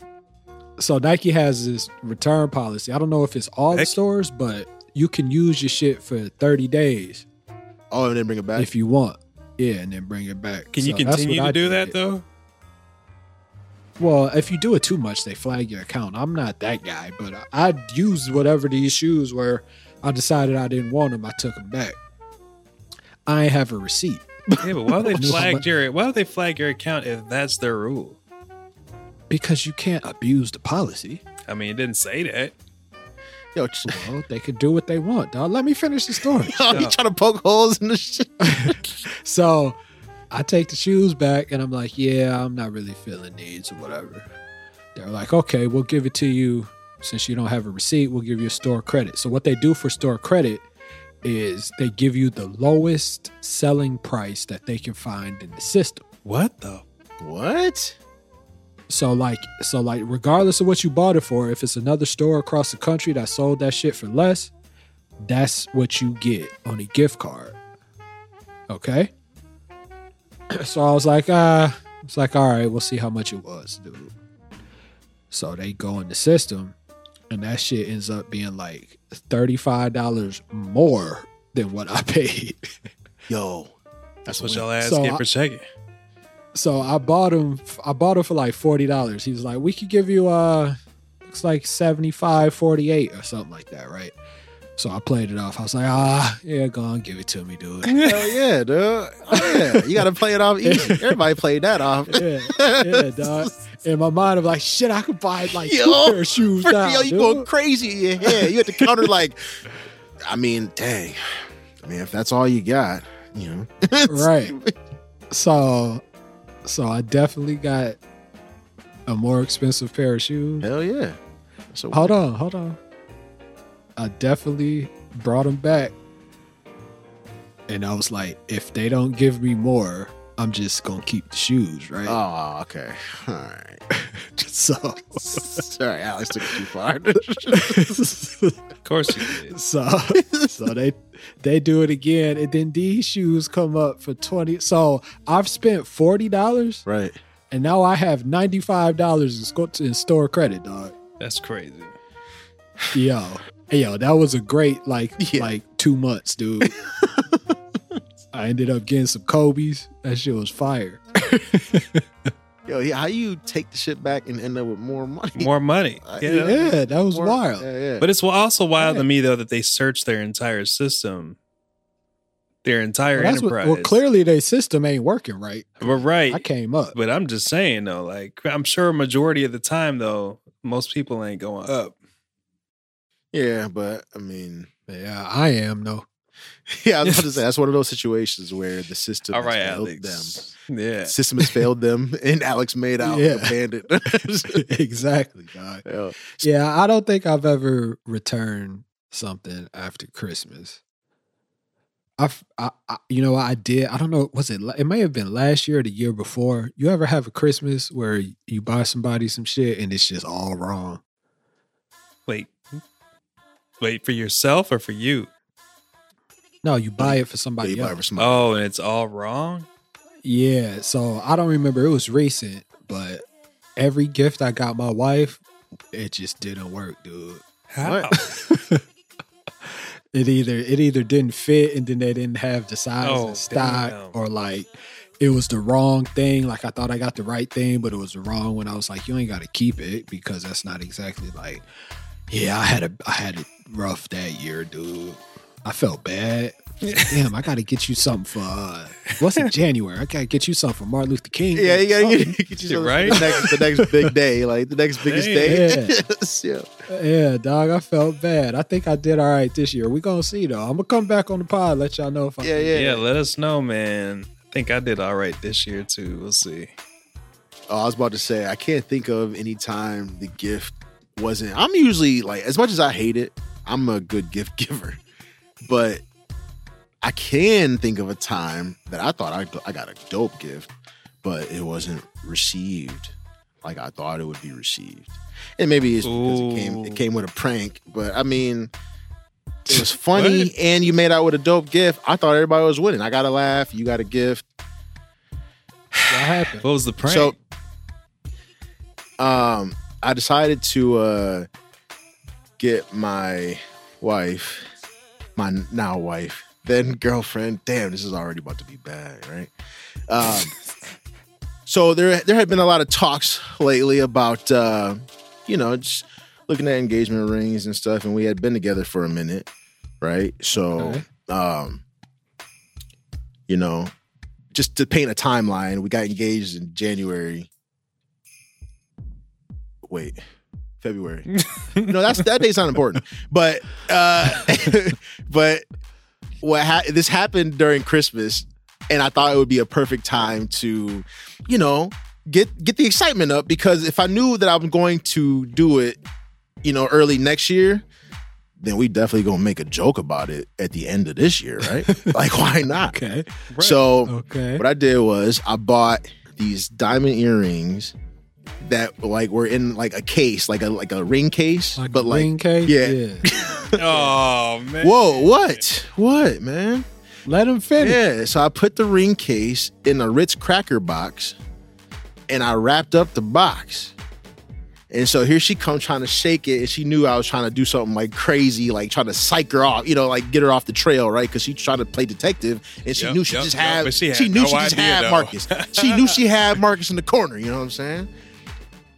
Speaker 1: so Nike has this return policy. I don't know if it's all the
Speaker 3: Heck.
Speaker 1: stores, but you can use your shit for thirty days.
Speaker 2: ahead. Oh, and then bring it back.
Speaker 1: if you want. Yeah, and then bring it back.
Speaker 3: Can you
Speaker 1: So that's
Speaker 3: continue
Speaker 1: what
Speaker 3: to
Speaker 1: I
Speaker 3: do
Speaker 1: did.
Speaker 3: that though?
Speaker 1: Well, if you do it too much, they flag your account. I'm not that guy, but I, I used whatever these shoes were. I decided I didn't want them. I took them back. I ain't have a receipt.
Speaker 3: Yeah, but why would they
Speaker 1: No,
Speaker 3: flag
Speaker 1: but-
Speaker 3: your why would they flag your account if that's their rule?
Speaker 1: Because you can't abuse the policy.
Speaker 3: I mean, it didn't say that.
Speaker 2: Yo, ch-
Speaker 1: Well, they could do what they want, dog. Let me finish the story.
Speaker 2: yo, you trying to poke holes in the shit?
Speaker 1: So I take the shoes back and I'm like, yeah, I'm not really feeling these or whatever. They're like, okay, we'll give it to you. Since you don't have a receipt, we'll give you a store credit. So what they do for store credit is they give you the lowest selling price that they can find in the system.
Speaker 3: What the?
Speaker 2: What?
Speaker 1: So like so like regardless of what you bought it for, if it's another store across the country that sold that shit for less, that's what you get on a gift card. Okay? So I was like, uh, it's like, all right, we'll see how much it was, dude. So they go in the system, and that shit ends up being like $35 more than what I paid.
Speaker 2: Yo, that's
Speaker 3: That's what
Speaker 2: what
Speaker 3: y'all ass
Speaker 1: So
Speaker 3: get
Speaker 1: I-
Speaker 3: for checking.
Speaker 1: So I bought him. I bought him for like forty dollars. He was like, "We could give you uh, looks like 75, 48 or something like that, right?" So I played it off. I was like, "Ah, yeah, go on, give it to me, dude."
Speaker 2: Hell yeah, dude. Oh, yeah, you got to play it off easy. Everybody played that off.
Speaker 1: yeah, yeah, dog. In my mind, I'm like, "Shit, I could buy like two
Speaker 2: Yo,
Speaker 1: pair of shoes
Speaker 2: Yo,
Speaker 1: now,
Speaker 2: you
Speaker 1: dude."
Speaker 2: going crazy in your head. You at the counter like, I mean, dang. I mean, if that's all you got, you know.
Speaker 1: right. So, so I definitely got a more expensive pair of shoes.
Speaker 2: Hell yeah. So
Speaker 1: Hold on, hold on. I definitely brought him back. And I was like, if they don't give me more, I'm just going to keep the shoes, right?
Speaker 2: Oh, okay. All right.
Speaker 1: so,
Speaker 2: Sorry, Alex took it too far.
Speaker 3: Of course you did.
Speaker 1: so, so they they do it again and then these shoes come up for 20. So, I've spent $40
Speaker 2: right.
Speaker 1: and now I have $95 in, sco- in store credit, dog.
Speaker 3: That's crazy.
Speaker 1: Yo, yo, that was a great like
Speaker 2: Yeah.
Speaker 1: like two months, dude. I ended up getting some Kobe's. That shit was fire.
Speaker 2: Yo, yeah, how you take the shit back and end up with more money?
Speaker 3: More money.
Speaker 2: Uh,
Speaker 3: you know?
Speaker 1: Yeah, that was
Speaker 2: More-
Speaker 1: wild.
Speaker 2: Yeah, yeah.
Speaker 3: But it's wa- also wild
Speaker 1: Yeah.
Speaker 3: to me though that they searched their entire system, their entire
Speaker 1: Well, that's what,
Speaker 3: enterprise.
Speaker 1: well, clearly their system ain't working right.
Speaker 3: We're right.
Speaker 1: I came up.
Speaker 3: But I'm just saying though, like I'm sure majority of the time though, most people ain't going up.
Speaker 2: yeah, but I mean,
Speaker 1: Yeah, I am though.
Speaker 2: yeah, I was about to say that's one of those situations where the system
Speaker 3: All
Speaker 2: has
Speaker 3: right,
Speaker 2: failed
Speaker 3: Alex.
Speaker 2: them.
Speaker 3: Yeah.
Speaker 2: System has failed them, and Alex made out like
Speaker 1: Yeah.
Speaker 2: a bandit.
Speaker 1: exactly, dog.
Speaker 2: Yo,
Speaker 1: Yeah, I don't think I've ever returned something after Christmas. I've, I, I, you know, I did. I don't know. Was it? la- It may have been last year or the year before. You ever have a Christmas where you buy somebody some shit and it's just all wrong?
Speaker 3: Wait. Wait for yourself or for you?
Speaker 1: No, you buy it for
Speaker 2: but you
Speaker 1: somebody
Speaker 2: might
Speaker 1: else.
Speaker 2: have smoked.
Speaker 3: Oh, and it's all wrong?
Speaker 1: Yeah. So I don't remember. It was recent, but every gift I got my wife, it just didn't work, dude.
Speaker 3: How?
Speaker 1: it either it either didn't fit and then they didn't have the size
Speaker 3: Oh,
Speaker 1: in stock
Speaker 3: damn.
Speaker 1: or like it was the wrong thing like i thought i got the right thing but it was the wrong one i was like you ain't got to keep it because that's not exactly like yeah i had a i had it rough that year dude i felt bad I was like, damn i gotta get you something for uh, what's in january i gotta get you something for martin luther king
Speaker 2: Yeah,
Speaker 1: Day or
Speaker 2: you gotta
Speaker 1: something.
Speaker 2: get, get yourself
Speaker 3: Right?
Speaker 2: the, next, the next big day, like the next biggest day.
Speaker 1: Yeah.
Speaker 2: Yes, yeah.
Speaker 1: yeah dog i felt bad i think i did all right this year we gonna see though i'm gonna come back on the pod let y'all know if i
Speaker 2: Yeah,
Speaker 1: did.
Speaker 2: yeah.
Speaker 3: Yeah, let us know, man. I think I did all right this year too. We'll see.
Speaker 2: Oh, I was about to say, I can't think of any time the gift wasn't. I'm usually like, as much as I hate it, I'm a good gift giver, but I can think of a time that I thought I, I got a dope gift, but it wasn't received like I thought it would be received. And maybe it's because it came
Speaker 3: Ooh.
Speaker 2: it came with a prank, but I mean, it was funny and you made out with a dope gift. I thought everybody was winning. I got a laugh, you got a gift.
Speaker 1: what happened
Speaker 3: What was the prank?
Speaker 2: So, um, I decided to uh, get my wife, my now wife, then girlfriend. Damn, this is already about to be bad, right? Um, so there, there had been a lot of talks lately about, uh, you know, just looking at engagement rings and stuff, and we had been together for a minute, right? So,
Speaker 1: Okay.
Speaker 2: um, you know, just to paint a timeline, we got engaged in January. Wait, February. no, that's that date's not important. But uh but what ha- this happened during Christmas, and I thought it would be a perfect time to, you know, get get the excitement up because if I knew that I'm going to do it, you know, early next year, then we definitely gonna make a joke about it at the end of this year, right? like, why not?
Speaker 1: Okay.
Speaker 2: So
Speaker 1: Okay.
Speaker 2: what I did was I bought these diamond earrings that like were in like a case, like a like a ring case,
Speaker 1: Like
Speaker 2: but like
Speaker 1: ring cake?
Speaker 2: yeah.
Speaker 3: oh man.
Speaker 2: whoa, what, what, man?
Speaker 1: Let him finish.
Speaker 2: Yeah, so I put the ring case in a Ritz cracker box and I wrapped up the box. And so here she come trying to shake it, and she knew I was trying to do something like crazy, like trying to psych her off, you know, like get her off the trail, right? Because she tried to play detective, and she
Speaker 3: Yep,
Speaker 2: knew she
Speaker 3: yep,
Speaker 2: just
Speaker 3: yep,
Speaker 2: had,
Speaker 3: but
Speaker 2: she,
Speaker 3: she had
Speaker 2: knew
Speaker 3: no
Speaker 2: she just
Speaker 3: idea,
Speaker 2: had
Speaker 3: though.
Speaker 2: Marcus. she knew she had Marcus in the corner. You know what I'm saying?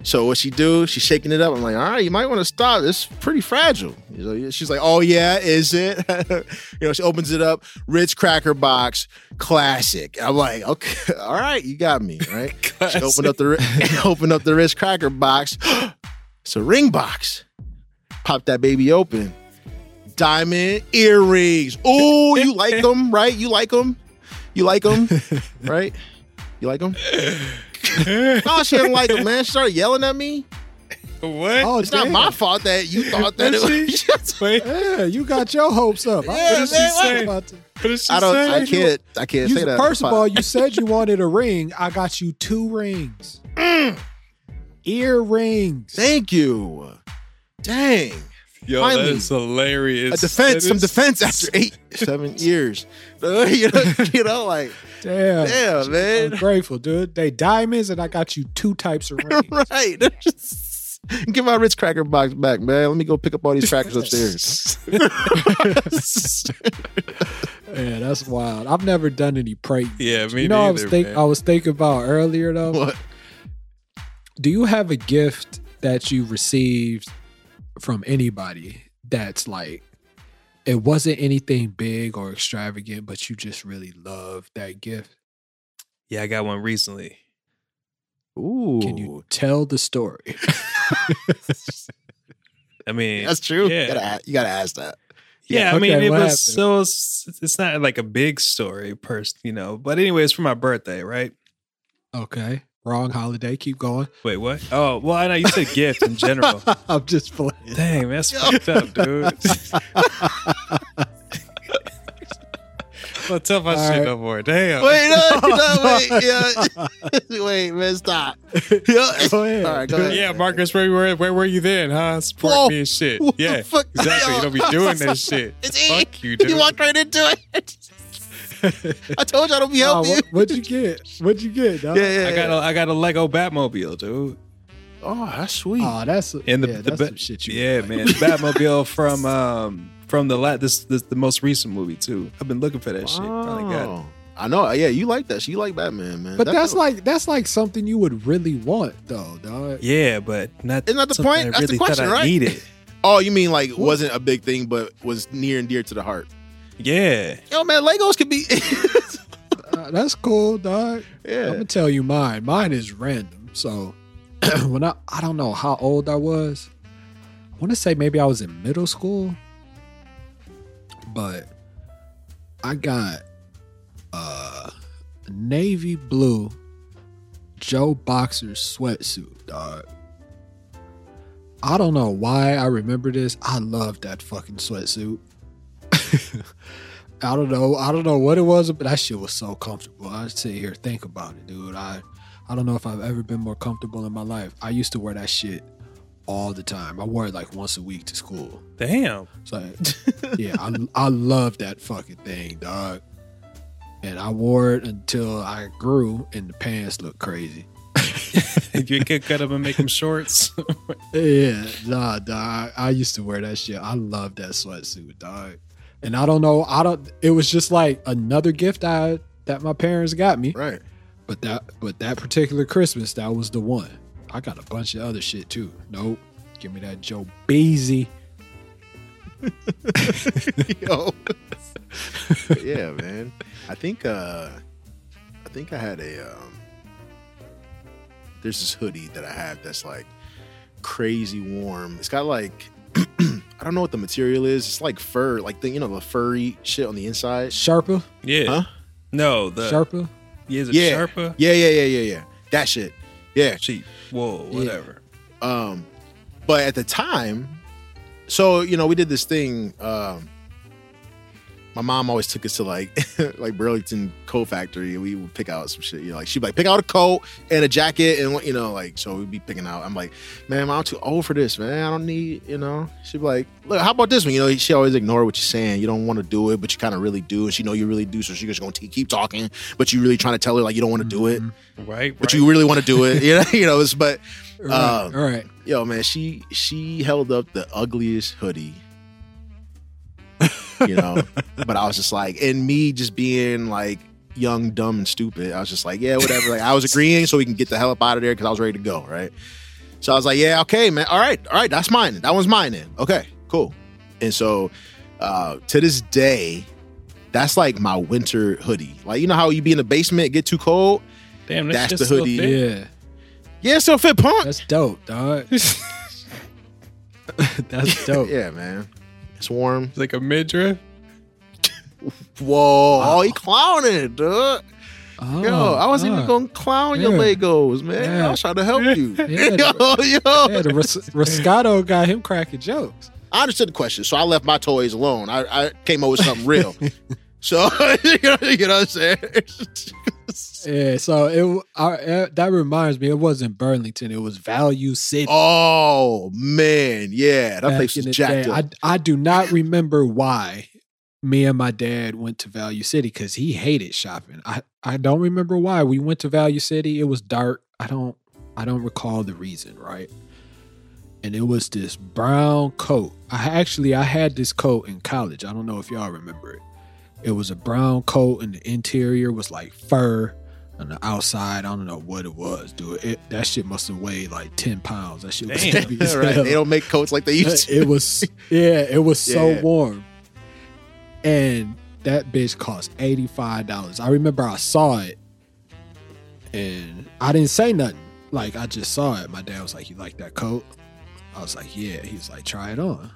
Speaker 2: So what she do? She's shaking it up. I'm like, all right, you might want to stop. It's pretty fragile. You know, she's like, oh yeah, is it? you know, she opens it up. Ritz cracker box, classic. I'm like, okay, all right, you got me right. she opened up the opened up the Ritz cracker box. it's a ring box. Pop that baby open. Diamond earrings. Oh, you like them, right? You like them? You like them, right? You like them? No, she didn't like it, man. She started yelling at me.
Speaker 3: what?
Speaker 1: Oh,
Speaker 2: It's not
Speaker 1: damn.
Speaker 2: my fault that you thought that it was.
Speaker 3: Wait,
Speaker 1: Yeah, you got your hopes up.
Speaker 2: Yeah,
Speaker 1: I,
Speaker 2: man,
Speaker 1: man,
Speaker 3: what?
Speaker 1: about to-
Speaker 3: what did she
Speaker 2: I don't.
Speaker 3: say?
Speaker 2: I can't. I can't
Speaker 1: You-
Speaker 2: say that.
Speaker 1: first of all, you said you wanted a ring. I got you two rings.
Speaker 2: Mm.
Speaker 1: Earrings.
Speaker 2: thank you. Dang,
Speaker 3: Yo,
Speaker 2: Finally.
Speaker 3: that is hilarious.
Speaker 2: a defense.
Speaker 3: That
Speaker 2: Some
Speaker 3: is-
Speaker 2: defense after eight, seven years. you, know, you know, like
Speaker 1: Damn.
Speaker 2: damn,
Speaker 1: I'm
Speaker 2: man.
Speaker 1: grateful, dude. They diamonds, and I got you two types of rings.
Speaker 2: right. Get my Ritz cracker box back, man. Let me go pick up all these crackers upstairs.
Speaker 1: Yeah, that's wild. I've never done any prank.
Speaker 3: Yeah, me
Speaker 1: you know, I was
Speaker 3: neither,
Speaker 1: think
Speaker 3: man.
Speaker 1: I was thinking about earlier though.
Speaker 2: what?
Speaker 1: Do you have a gift that you received from anybody that's like it wasn't anything big or extravagant, but you just really love that gift?
Speaker 3: Yeah, I got one recently.
Speaker 2: Ooh,
Speaker 1: Can you tell the story?
Speaker 3: I mean,
Speaker 2: that's true.
Speaker 3: Yeah.
Speaker 2: You, gotta, you gotta ask that.
Speaker 3: Yeah, I
Speaker 1: Okay,
Speaker 3: mean, it
Speaker 1: what
Speaker 3: was
Speaker 1: happened?
Speaker 3: so it's it's not like a big story, person, you know. But anyway, it's for my birthday, right?
Speaker 1: Okay. Wrong holiday. Keep going.
Speaker 3: Wait, what? Oh, well, I know you said gift in general.
Speaker 1: I'm just playing.
Speaker 3: Dang, that's fucked up, dude. well, tell my
Speaker 1: All
Speaker 3: shit
Speaker 1: right.
Speaker 3: no more. Damn.
Speaker 2: Wait, no, no, wait, yeah. wait, man, stop. Yeah.
Speaker 1: Go ahead.
Speaker 2: All right, go
Speaker 1: dude.
Speaker 2: ahead.
Speaker 3: Yeah, Marcus, where, where where were you then, huh? Support
Speaker 2: Whoa.
Speaker 3: me and shit.
Speaker 2: What the
Speaker 3: yeah,
Speaker 2: fuck?
Speaker 3: exactly. You don't be doing that shit.
Speaker 2: It's E.
Speaker 3: Fuck you, dude.
Speaker 2: You walked right into it. I told you I don't be
Speaker 1: Nah,
Speaker 2: helping you.
Speaker 1: what, would you get? What'd you get? Dog?
Speaker 3: I got a, I got a Lego Batmobile, dude.
Speaker 2: oh, that's sweet.
Speaker 1: Oh, that's
Speaker 3: And the-
Speaker 1: yeah,
Speaker 3: the
Speaker 1: that's
Speaker 3: be-
Speaker 1: some shit you
Speaker 3: Yeah,
Speaker 1: like.
Speaker 3: man, the Batmobile from um from the la- this, this the most recent movie too. I've been looking for that shit. Finally got it.
Speaker 2: Wow. I know. Yeah, you like that. You like Batman, man.
Speaker 1: But
Speaker 2: That-
Speaker 1: that's like that's like something you would really want though, dog.
Speaker 3: Yeah, but not
Speaker 2: Isn't that the
Speaker 3: something
Speaker 2: point?
Speaker 3: I
Speaker 2: That's the
Speaker 3: really
Speaker 2: question,
Speaker 3: thought I
Speaker 2: right?
Speaker 3: needed.
Speaker 2: oh, you mean like wasn't a big thing, but was near and dear to the heart.
Speaker 3: Yeah,
Speaker 2: Yo, man, Legos could be.
Speaker 1: Uh, that's cool, dog. I'm
Speaker 2: yeah.
Speaker 1: gonna tell you mine. Mine is random. So when I I don't know how old I was. I want to say maybe I was in middle school, but I got uh navy blue Joe Boxer sweatsuit, dog. I don't know why I remember this. I love that fucking sweatsuit. I don't know. I don't know what it was, but that shit was so comfortable. I sit here and think about it, dude. I I don't know if I've ever been more comfortable in my life. I used to wear that shit all the time. I wore it like once a week to school.
Speaker 3: damn.
Speaker 1: So yeah, I I love that fucking thing, dog. And I wore it until I grew and the pants looked crazy.
Speaker 3: If you could cut them and make them shorts.
Speaker 1: Yeah, nah, dog. I used to wear that shit. I love that sweatsuit, dog. And I don't know, I don't it was just like another gift I that my parents got me.
Speaker 2: Right.
Speaker 1: But that but that particular Christmas, that was the one. I got a bunch of other shit too. Nope. Give me that Joe Beezy.
Speaker 2: Yo. yeah, man. I think uh I think I had a um there's this hoodie that I have that's like crazy warm. It's got like I don't know what the material is. It's like fur, like the you know the furry shit on the inside.
Speaker 1: Sharpa,
Speaker 3: Yeah.
Speaker 2: Huh?
Speaker 3: No, the
Speaker 1: Sharpa.
Speaker 3: Yeah, is it
Speaker 2: Yeah.
Speaker 3: Sharpa?
Speaker 2: Yeah, yeah, yeah, yeah, yeah. That shit. Yeah.
Speaker 3: Cheap. Whoa, whatever.
Speaker 2: Um, but at the time, so you know, we did this thing. Um, my mom always took us to like like Burlington Coat Factory, and we would pick out some shit. You know, like she'd be like, pick out a coat and a jacket, and what you know, like so we'd be picking out. I'm like, man, Mom, I'm too old for this, man. I don't need, you know. She'd be like, look, how about this one? You know, she always ignore what you're saying. You don't want to do it, but you kind of really do, and she know you really do, so she just gonna t- keep talking, but you really trying to tell her like you don't want to do it,
Speaker 3: Right, right.
Speaker 2: but you really want to do it. You know, you know. It's but
Speaker 1: All right,
Speaker 2: Um,
Speaker 1: all right.
Speaker 2: Yo, man, she she held up the ugliest hoodie. You know, but I was just like, and me just being like young, dumb, and stupid. I was just like, yeah, whatever. Like I was agreeing so we can get the hell up out of there because I was ready to go, right? So I was like, yeah, okay, man, all right, all right, that's mine. That one's mine. Then okay, cool. And so uh, to this day, that's like my winter hoodie. Like you know how you be in the basement, get too cold.
Speaker 3: Damn, that's,
Speaker 2: that's
Speaker 3: just
Speaker 2: the
Speaker 3: still
Speaker 2: hoodie.
Speaker 3: thick?
Speaker 1: Yeah,
Speaker 2: Yeah, still fit punk.
Speaker 1: that's dope, dog. that's dope.
Speaker 2: yeah, man, it's warm.
Speaker 3: It's like a midriff.
Speaker 2: Whoa, oh, he clowning, dude.
Speaker 1: Oh,
Speaker 2: Yo, I wasn't even
Speaker 1: oh.
Speaker 2: gonna clown your
Speaker 1: Yeah.
Speaker 2: Legos, man. I
Speaker 1: Yeah.
Speaker 2: was trying to help you.
Speaker 1: Yeah,
Speaker 2: yo,
Speaker 1: Yeah,
Speaker 2: yo.
Speaker 1: the Ros- Roscato got him cracking jokes.
Speaker 2: I understood the question, so I left my toys alone. I, I came up with something real. so you know, you know what I'm saying?
Speaker 1: Yeah, so it I, uh, that reminds me, it wasn't Burlington, it was Value City.
Speaker 2: oh man, yeah, that
Speaker 1: back
Speaker 2: place
Speaker 1: in
Speaker 2: was
Speaker 1: the
Speaker 2: jacked
Speaker 1: day.
Speaker 2: up.
Speaker 1: I I do not remember why me and my dad went to Value City because he hated shopping. I I don't remember why we went to Value City. It was dark. I don't I don't recall the reason. Right. And it was this brown coat. I actually I had this coat in college. I don't know if y'all remember it. It was a brown coat, and the interior was like fur. On the outside, I don't know what it was, dude. It, that shit must have weighed like ten pounds. That shit was
Speaker 3: Damn.
Speaker 1: heavy as
Speaker 2: Yeah, right.
Speaker 1: hell
Speaker 2: They don't make coats like they used to.
Speaker 1: it was yeah, it was so
Speaker 2: Yeah.
Speaker 1: warm. And that bitch cost $85. I remember I saw it and I didn't say nothing. Like I just saw it. My dad was like, You like that coat? I was like, Yeah. He was like, try it on.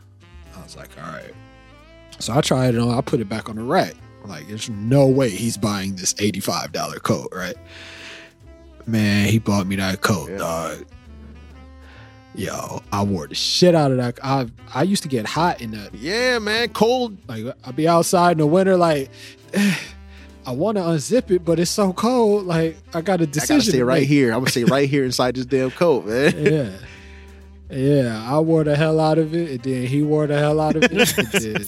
Speaker 1: I was like, all right. So I tried it on. I put it back on the rack. Like, there's no way he's buying this $85 coat, right? Man, he bought me that coat,
Speaker 2: Yeah.
Speaker 1: dog. Yo, I wore the shit out of that. I I used to get hot in that.
Speaker 2: Yeah, man, cold.
Speaker 1: Like, I'd be outside in the winter, like, I want to unzip it, but it's so cold. Like, I got a
Speaker 2: I gotta
Speaker 1: decision.
Speaker 2: stay
Speaker 1: to
Speaker 2: right
Speaker 1: make.
Speaker 2: here. I'm gonna stay right here inside this damn coat, man.
Speaker 1: yeah. Yeah, I wore the hell out of it, and then he wore the hell out of it. and then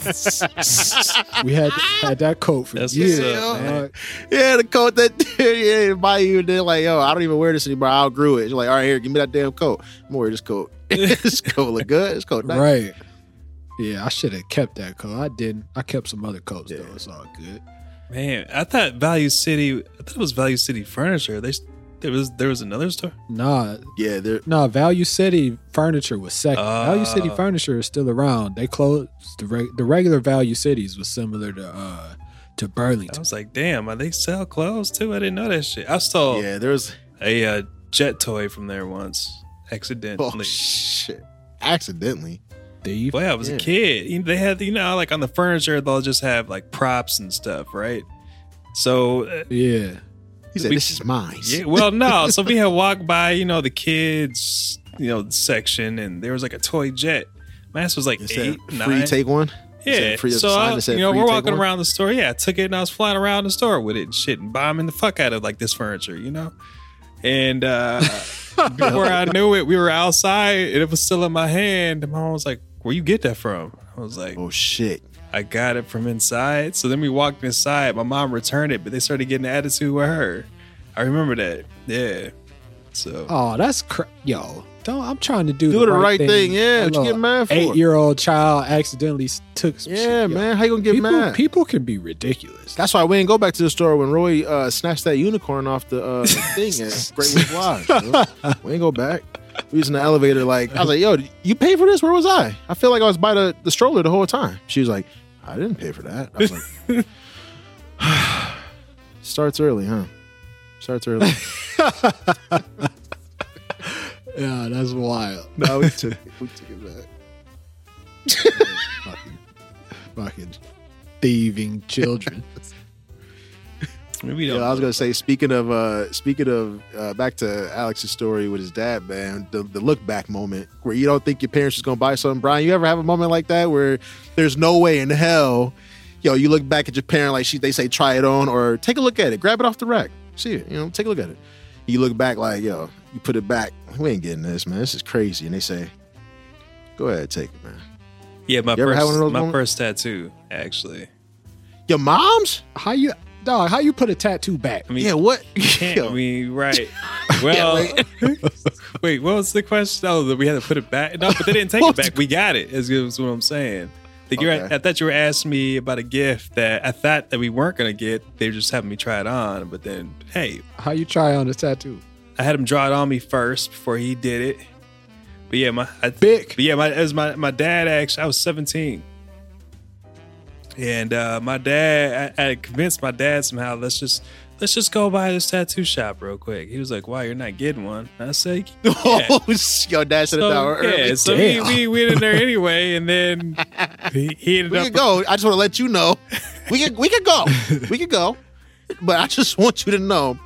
Speaker 1: we had had that coat for
Speaker 3: That's
Speaker 1: years.
Speaker 3: what's up,
Speaker 1: dog.
Speaker 2: Yeah, the coat that yeah, they buy you and they're like, yo, I don't even wear this anymore. I outgrew it. You're like, all right, here, give me that damn coat. I'm gonna wear this coat. this coat look good. This coat nice.
Speaker 1: Right. Yeah, I should have kept that coat. I didn't. I kept some other coats though.
Speaker 2: Yeah.
Speaker 1: It's all good.
Speaker 3: Man, I thought Value City. I thought it was Value City Furniture. They s- there was there was another store.
Speaker 1: Nah,
Speaker 2: Yeah, they're
Speaker 1: nah. Value City Furniture was second. Value City
Speaker 3: Oh.
Speaker 1: Furniture is still around. They closed the reg- the regular Value Cities was similar to uh to
Speaker 3: I
Speaker 1: Burlington.
Speaker 3: was like, damn, are they sell clothes too? I didn't know that shit. I stole
Speaker 2: yeah, there's
Speaker 3: a uh, jet toy from there once accidentally.
Speaker 2: oh shit. Accidentally.
Speaker 1: Thief.
Speaker 3: Boy, I was
Speaker 2: Yeah.
Speaker 3: a kid. You- They had, you know, like on the furniture, they'll just have like props and stuff, right? So, uh,
Speaker 1: Yeah.
Speaker 2: He said,
Speaker 3: We-
Speaker 2: This is mine.
Speaker 3: yeah, well, no. so we had walked by, you know, the kids, you know, section, and there was like a toy jet. My ass was like
Speaker 2: It said,
Speaker 3: eight,
Speaker 2: free
Speaker 3: nine.
Speaker 2: take one. It
Speaker 3: yeah.
Speaker 2: said free-
Speaker 3: so,
Speaker 2: sign
Speaker 3: I,
Speaker 2: that said
Speaker 3: you know,
Speaker 2: free
Speaker 3: we're
Speaker 2: take
Speaker 3: walking
Speaker 2: one.
Speaker 3: around the store. Yeah, I took it and I was flying around the store with it and shit and bombing the fuck out of like this furniture, you know? And uh before I knew it, we were outside and it was still in my hand. And my mom was like, Where you get that from? I was like,
Speaker 2: Oh shit.
Speaker 3: I got it from inside. So then we walked inside. My mom returned it, but they started getting an attitude with her. I remember that. Yeah. So
Speaker 1: Oh, that's cra- yo. Don't. I'm trying to do
Speaker 2: Do the right thing, yeah, what you get mad for?
Speaker 1: Eight year old child accidentally s- took some shit.
Speaker 2: Yeah,
Speaker 1: yo.
Speaker 2: man. How you gonna get
Speaker 1: People,
Speaker 2: mad?
Speaker 1: people can be ridiculous.
Speaker 2: That's why we didn't go back to the store when Roy uh, snatched that unicorn off the uh, thing at Great Wolf Lodge. dude. we didn't go back. We was in the elevator. Like I was like, "Yo, you paid for this? Where was I? I feel like I was by the, the stroller the whole time." She was like, "I didn't pay for that." I was like, "Starts early, huh? Starts early."
Speaker 1: Yeah, that's wild.
Speaker 2: No, we took it. We took it back.
Speaker 1: fucking, fucking thieving children.
Speaker 3: Maybe we
Speaker 2: Yeah,
Speaker 3: don't.
Speaker 2: I was gonna say. Speaking of, uh speaking of, uh back to Alex's story with his dad, man. The, the look back moment where you don't think your parents is gonna buy something. Brian, you ever have a moment like that where there's no way in hell, yo, you look back at your parent like she, they say try it on or take a look at it, grab it off the rack, see it, you know, take a look at it. You look back like yo, you put it back. We ain't getting this, man. This is crazy. And they say, go ahead, take it, man.
Speaker 3: yeah, my
Speaker 2: You ever had one of
Speaker 3: first
Speaker 2: those
Speaker 3: my
Speaker 2: moments?
Speaker 3: first tattoo actually.
Speaker 2: Your mom's?
Speaker 1: How you, dog? How you put a tattoo back?
Speaker 3: I mean,
Speaker 2: Yeah, what?
Speaker 3: can't
Speaker 2: Yo,
Speaker 3: we? Right. Well, wait. What was the question? Oh, that we had to put it back. No, but they didn't take it back. We got it. Is, is what I'm saying. Like you're,
Speaker 2: Okay.
Speaker 3: I thought you were asking me about a gift that I thought that we weren't gonna get. They were just having me try it on, but then hey,
Speaker 1: How you try on a tattoo?
Speaker 3: I had him draw it on me first before he did it. But yeah, my I,
Speaker 1: Big.
Speaker 3: But yeah, my as my my dad actually, I was seventeen, and uh, my dad, I, I convinced my dad somehow. Let's just let's just go by this tattoo shop real quick. He was like, "Wow, you're not getting one." I said, "Yeah."
Speaker 2: Oh, yo, dad said it that
Speaker 3: So,
Speaker 2: early.
Speaker 3: yeah, so we,
Speaker 1: Damn.
Speaker 3: we went in there anyway, and then he, he ended
Speaker 2: We
Speaker 3: up
Speaker 2: could go. I just want to let you know. We could we could go. We could go. But I just want you to know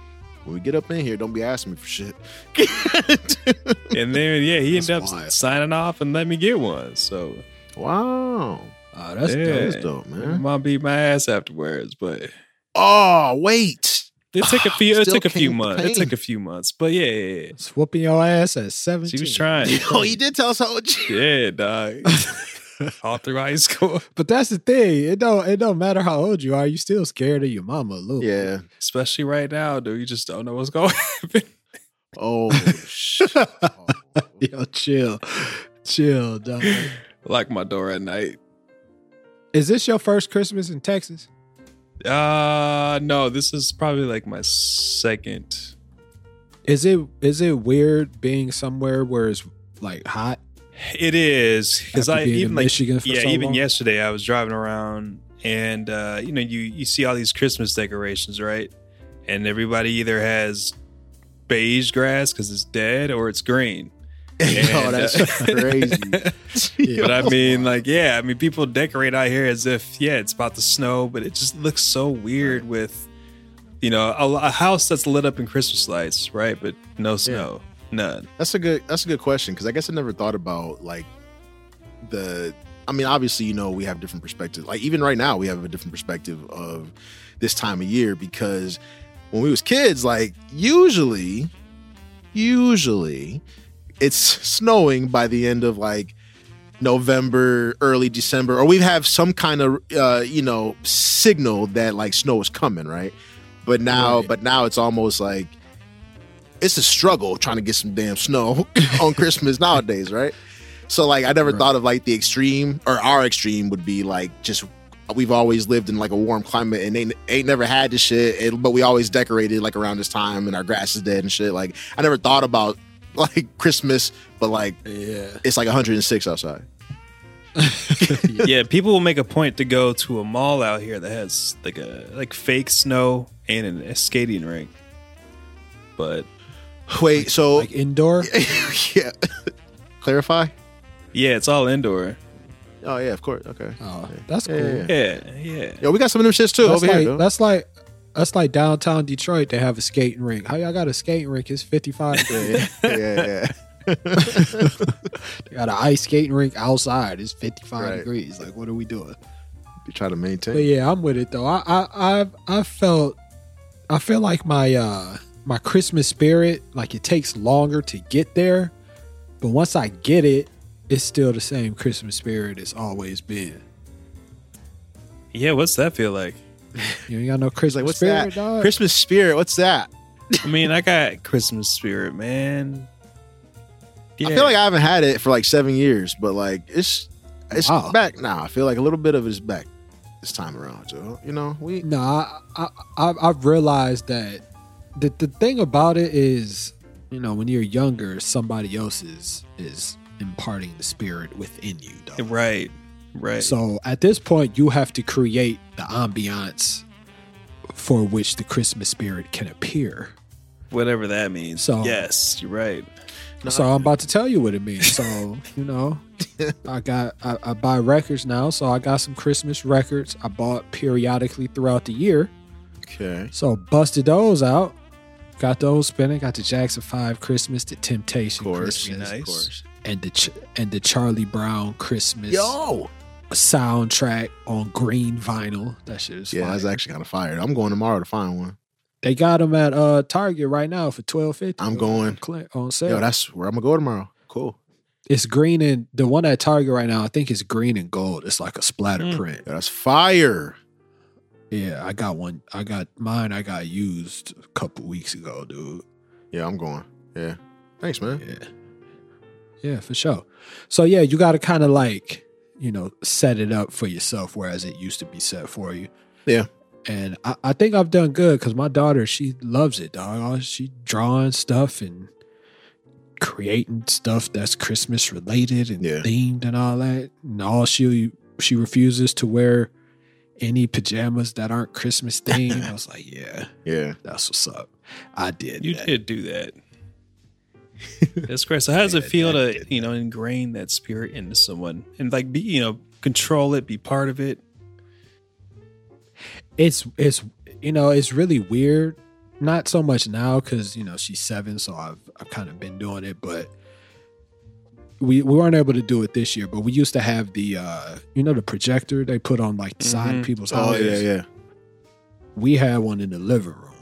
Speaker 2: when we get up in here, don't be asking me for shit.
Speaker 3: and then yeah, he
Speaker 1: That's
Speaker 3: ended up
Speaker 1: wild.
Speaker 3: signing off and let me get one. So
Speaker 2: wow.
Speaker 1: Oh, that's
Speaker 3: Yeah.
Speaker 1: dope.
Speaker 2: That is dope, man.
Speaker 3: mom beat my ass afterwards, but
Speaker 2: Oh, wait.
Speaker 3: It took a few. It
Speaker 2: Still
Speaker 3: took a few
Speaker 2: came with the
Speaker 3: months. It took
Speaker 2: pain.
Speaker 3: a few months, but yeah, yeah,
Speaker 1: It's whooping your ass at
Speaker 3: yeah.
Speaker 1: seventeen.
Speaker 3: she was trying.
Speaker 2: Oh, he did tell us how old you
Speaker 3: yeah, dog. All through high school,
Speaker 1: But that's the thing. It don't. It don't matter how old you are. You still scared of your mama a little. bit.
Speaker 2: Yeah.
Speaker 3: especially right now, dude. You just don't know what's going. on.
Speaker 2: Oh shit.
Speaker 1: Yo, chill, chill, dog.
Speaker 3: Lock my door at night.
Speaker 1: Is this your first Christmas in Texas?
Speaker 3: Uh no, this is probably like my second.
Speaker 1: Is it is it weird being somewhere where it's like hot?
Speaker 3: It is because
Speaker 1: after
Speaker 3: I
Speaker 1: being
Speaker 3: even
Speaker 1: in
Speaker 3: like
Speaker 1: Michigan for
Speaker 3: yeah,
Speaker 1: so
Speaker 3: even
Speaker 1: long?
Speaker 3: yesterday I was driving around and uh, you know you you see all these Christmas decorations, right? And everybody either has beige grass because it's dead or it's green.
Speaker 2: Yo, Oh, that's crazy.
Speaker 1: Yeah.
Speaker 3: uh, But I mean, like, yeah, I mean, people decorate out here as if, yeah, it's about to snow, but it just looks so weird with, you know, a, a house that's lit up in Christmas lights, right? But no snow, none.
Speaker 2: That's a good that's a good question because I guess I never thought about like the I mean obviously you know we have different perspectives. Like even right now we have a different perspective of this time of year because when we was kids like usually usually it's snowing by the end of like November, early December, or we have some kind of uh, you know signal that like snow is coming, right? But now,
Speaker 1: Right.
Speaker 2: but now it's almost like it's a struggle trying to get some damn snow on Christmas nowadays, right? So like, I never
Speaker 1: Right.
Speaker 2: thought of like the extreme or our extreme would be like just we've always lived in like a warm climate and ain't, ain't never had this shit, and, but we always decorated like around this time and our grass is dead and shit. Like I never thought about like Christmas, but like
Speaker 1: Yeah.
Speaker 2: it's like 106 outside.
Speaker 3: yeah, people will make a point to go to a mall out here that has like a like fake snow and an, a skating rink. But
Speaker 2: Wait, so
Speaker 1: Like indoor.
Speaker 2: yeah, clarify.
Speaker 3: yeah, it's all indoor.
Speaker 2: Oh yeah, of course. Okay.
Speaker 1: Oh, that's cool.
Speaker 2: Yeah, yeah, yeah.
Speaker 3: Yeah, yeah.
Speaker 2: Yo, we got some of them shits too
Speaker 1: That's
Speaker 2: over
Speaker 1: like
Speaker 2: here. though.
Speaker 1: that's like that's like downtown Detroit. They have a skating rink. How y'all got a skating rink? It's fifty five.
Speaker 2: Yeah, yeah, yeah, yeah.
Speaker 1: they got an ice skating rink outside. It's fifty five
Speaker 2: Right.
Speaker 1: degrees. Like, what are we doing?
Speaker 2: You try to maintain.
Speaker 1: But yeah, I'm with it though. I I I've, I felt I feel like my uh my Christmas spirit like it takes longer to get there, but once I get it, it's still the same Christmas spirit it's always been.
Speaker 3: Yeah, what's that feel like?
Speaker 1: You ain't got no Christmas
Speaker 2: Like, what's
Speaker 1: spirit,
Speaker 2: that?
Speaker 1: dog.
Speaker 2: Christmas spirit. What's that?
Speaker 3: I mean, I got Christmas spirit, man.
Speaker 2: I feel like I haven't had it for like seven years, but like it's it's
Speaker 1: Wow.
Speaker 2: back now. I feel like a little bit of it is back this time around. So you know, we
Speaker 1: No, I, I, I I've realized that the the thing about it is, you know, when you're younger, somebody else is is imparting the spirit within you. Though.
Speaker 3: Right, right.
Speaker 1: So at this point, you have to create the ambiance for which the Christmas spirit can appear.
Speaker 3: Whatever that means.
Speaker 1: So-
Speaker 3: yes, you're right.
Speaker 1: So I'm about to tell you what it means. So you know, I got I, I buy records now. So I got some Christmas records I bought periodically throughout the year.
Speaker 2: Okay.
Speaker 1: So busted those out. Got those spinning. Got the Jackson Five Christmas, the
Speaker 2: Of
Speaker 1: Temptation
Speaker 2: course.
Speaker 1: Christmas,
Speaker 3: nice.
Speaker 2: Of course.
Speaker 1: and the Ch- and the Charlie Brown Christmas
Speaker 2: Yo.
Speaker 1: soundtrack on green vinyl. That shit is
Speaker 2: Yeah,
Speaker 1: fire.
Speaker 2: that's actually kind of fired. I'm going tomorrow to find one.
Speaker 1: They got them at uh Target right now for twelve fifty.
Speaker 2: I'm going.
Speaker 1: on sale.
Speaker 2: Yo, that's where I'm gonna go tomorrow. Cool.
Speaker 1: it's green and the one at Target right now. I think it's green and gold. It's like a splatter
Speaker 3: Mm.
Speaker 1: print.
Speaker 2: Yo, that's fire.
Speaker 1: Yeah, I got one. I got mine. I got used a couple weeks ago, dude.
Speaker 2: Yeah, I'm going. Yeah. Thanks, man.
Speaker 1: Yeah, yeah, for sure. So yeah, you got to kind of like you know set it up for yourself, whereas it used to be set for you.
Speaker 2: Yeah.
Speaker 1: And I, I think I've done good because my daughter, she loves it, dog. All- She drawing stuff and creating stuff that's Christmas related and
Speaker 2: Yeah.
Speaker 1: themed and all that. And all she she refuses to wear any pajamas that aren't Christmas themed. I was like, yeah,
Speaker 2: Yeah.
Speaker 1: that's what's up. I did.
Speaker 3: You
Speaker 1: that.
Speaker 3: did do that. That's great. So, how does it
Speaker 2: Yeah,
Speaker 3: feel
Speaker 2: I
Speaker 3: to
Speaker 2: did
Speaker 3: you know ingrain that spirit into someone and like be you know control it, be part of it?
Speaker 1: it's it's you know it's really weird not so much now because you know she's seven so i've i've kind of been doing it but we we weren't able to do it this year but we used to have the uh you know the projector they put on like the side
Speaker 3: Mhm.
Speaker 1: of people's
Speaker 2: Oh
Speaker 1: houses
Speaker 2: yeah, yeah.
Speaker 1: we had one in the living room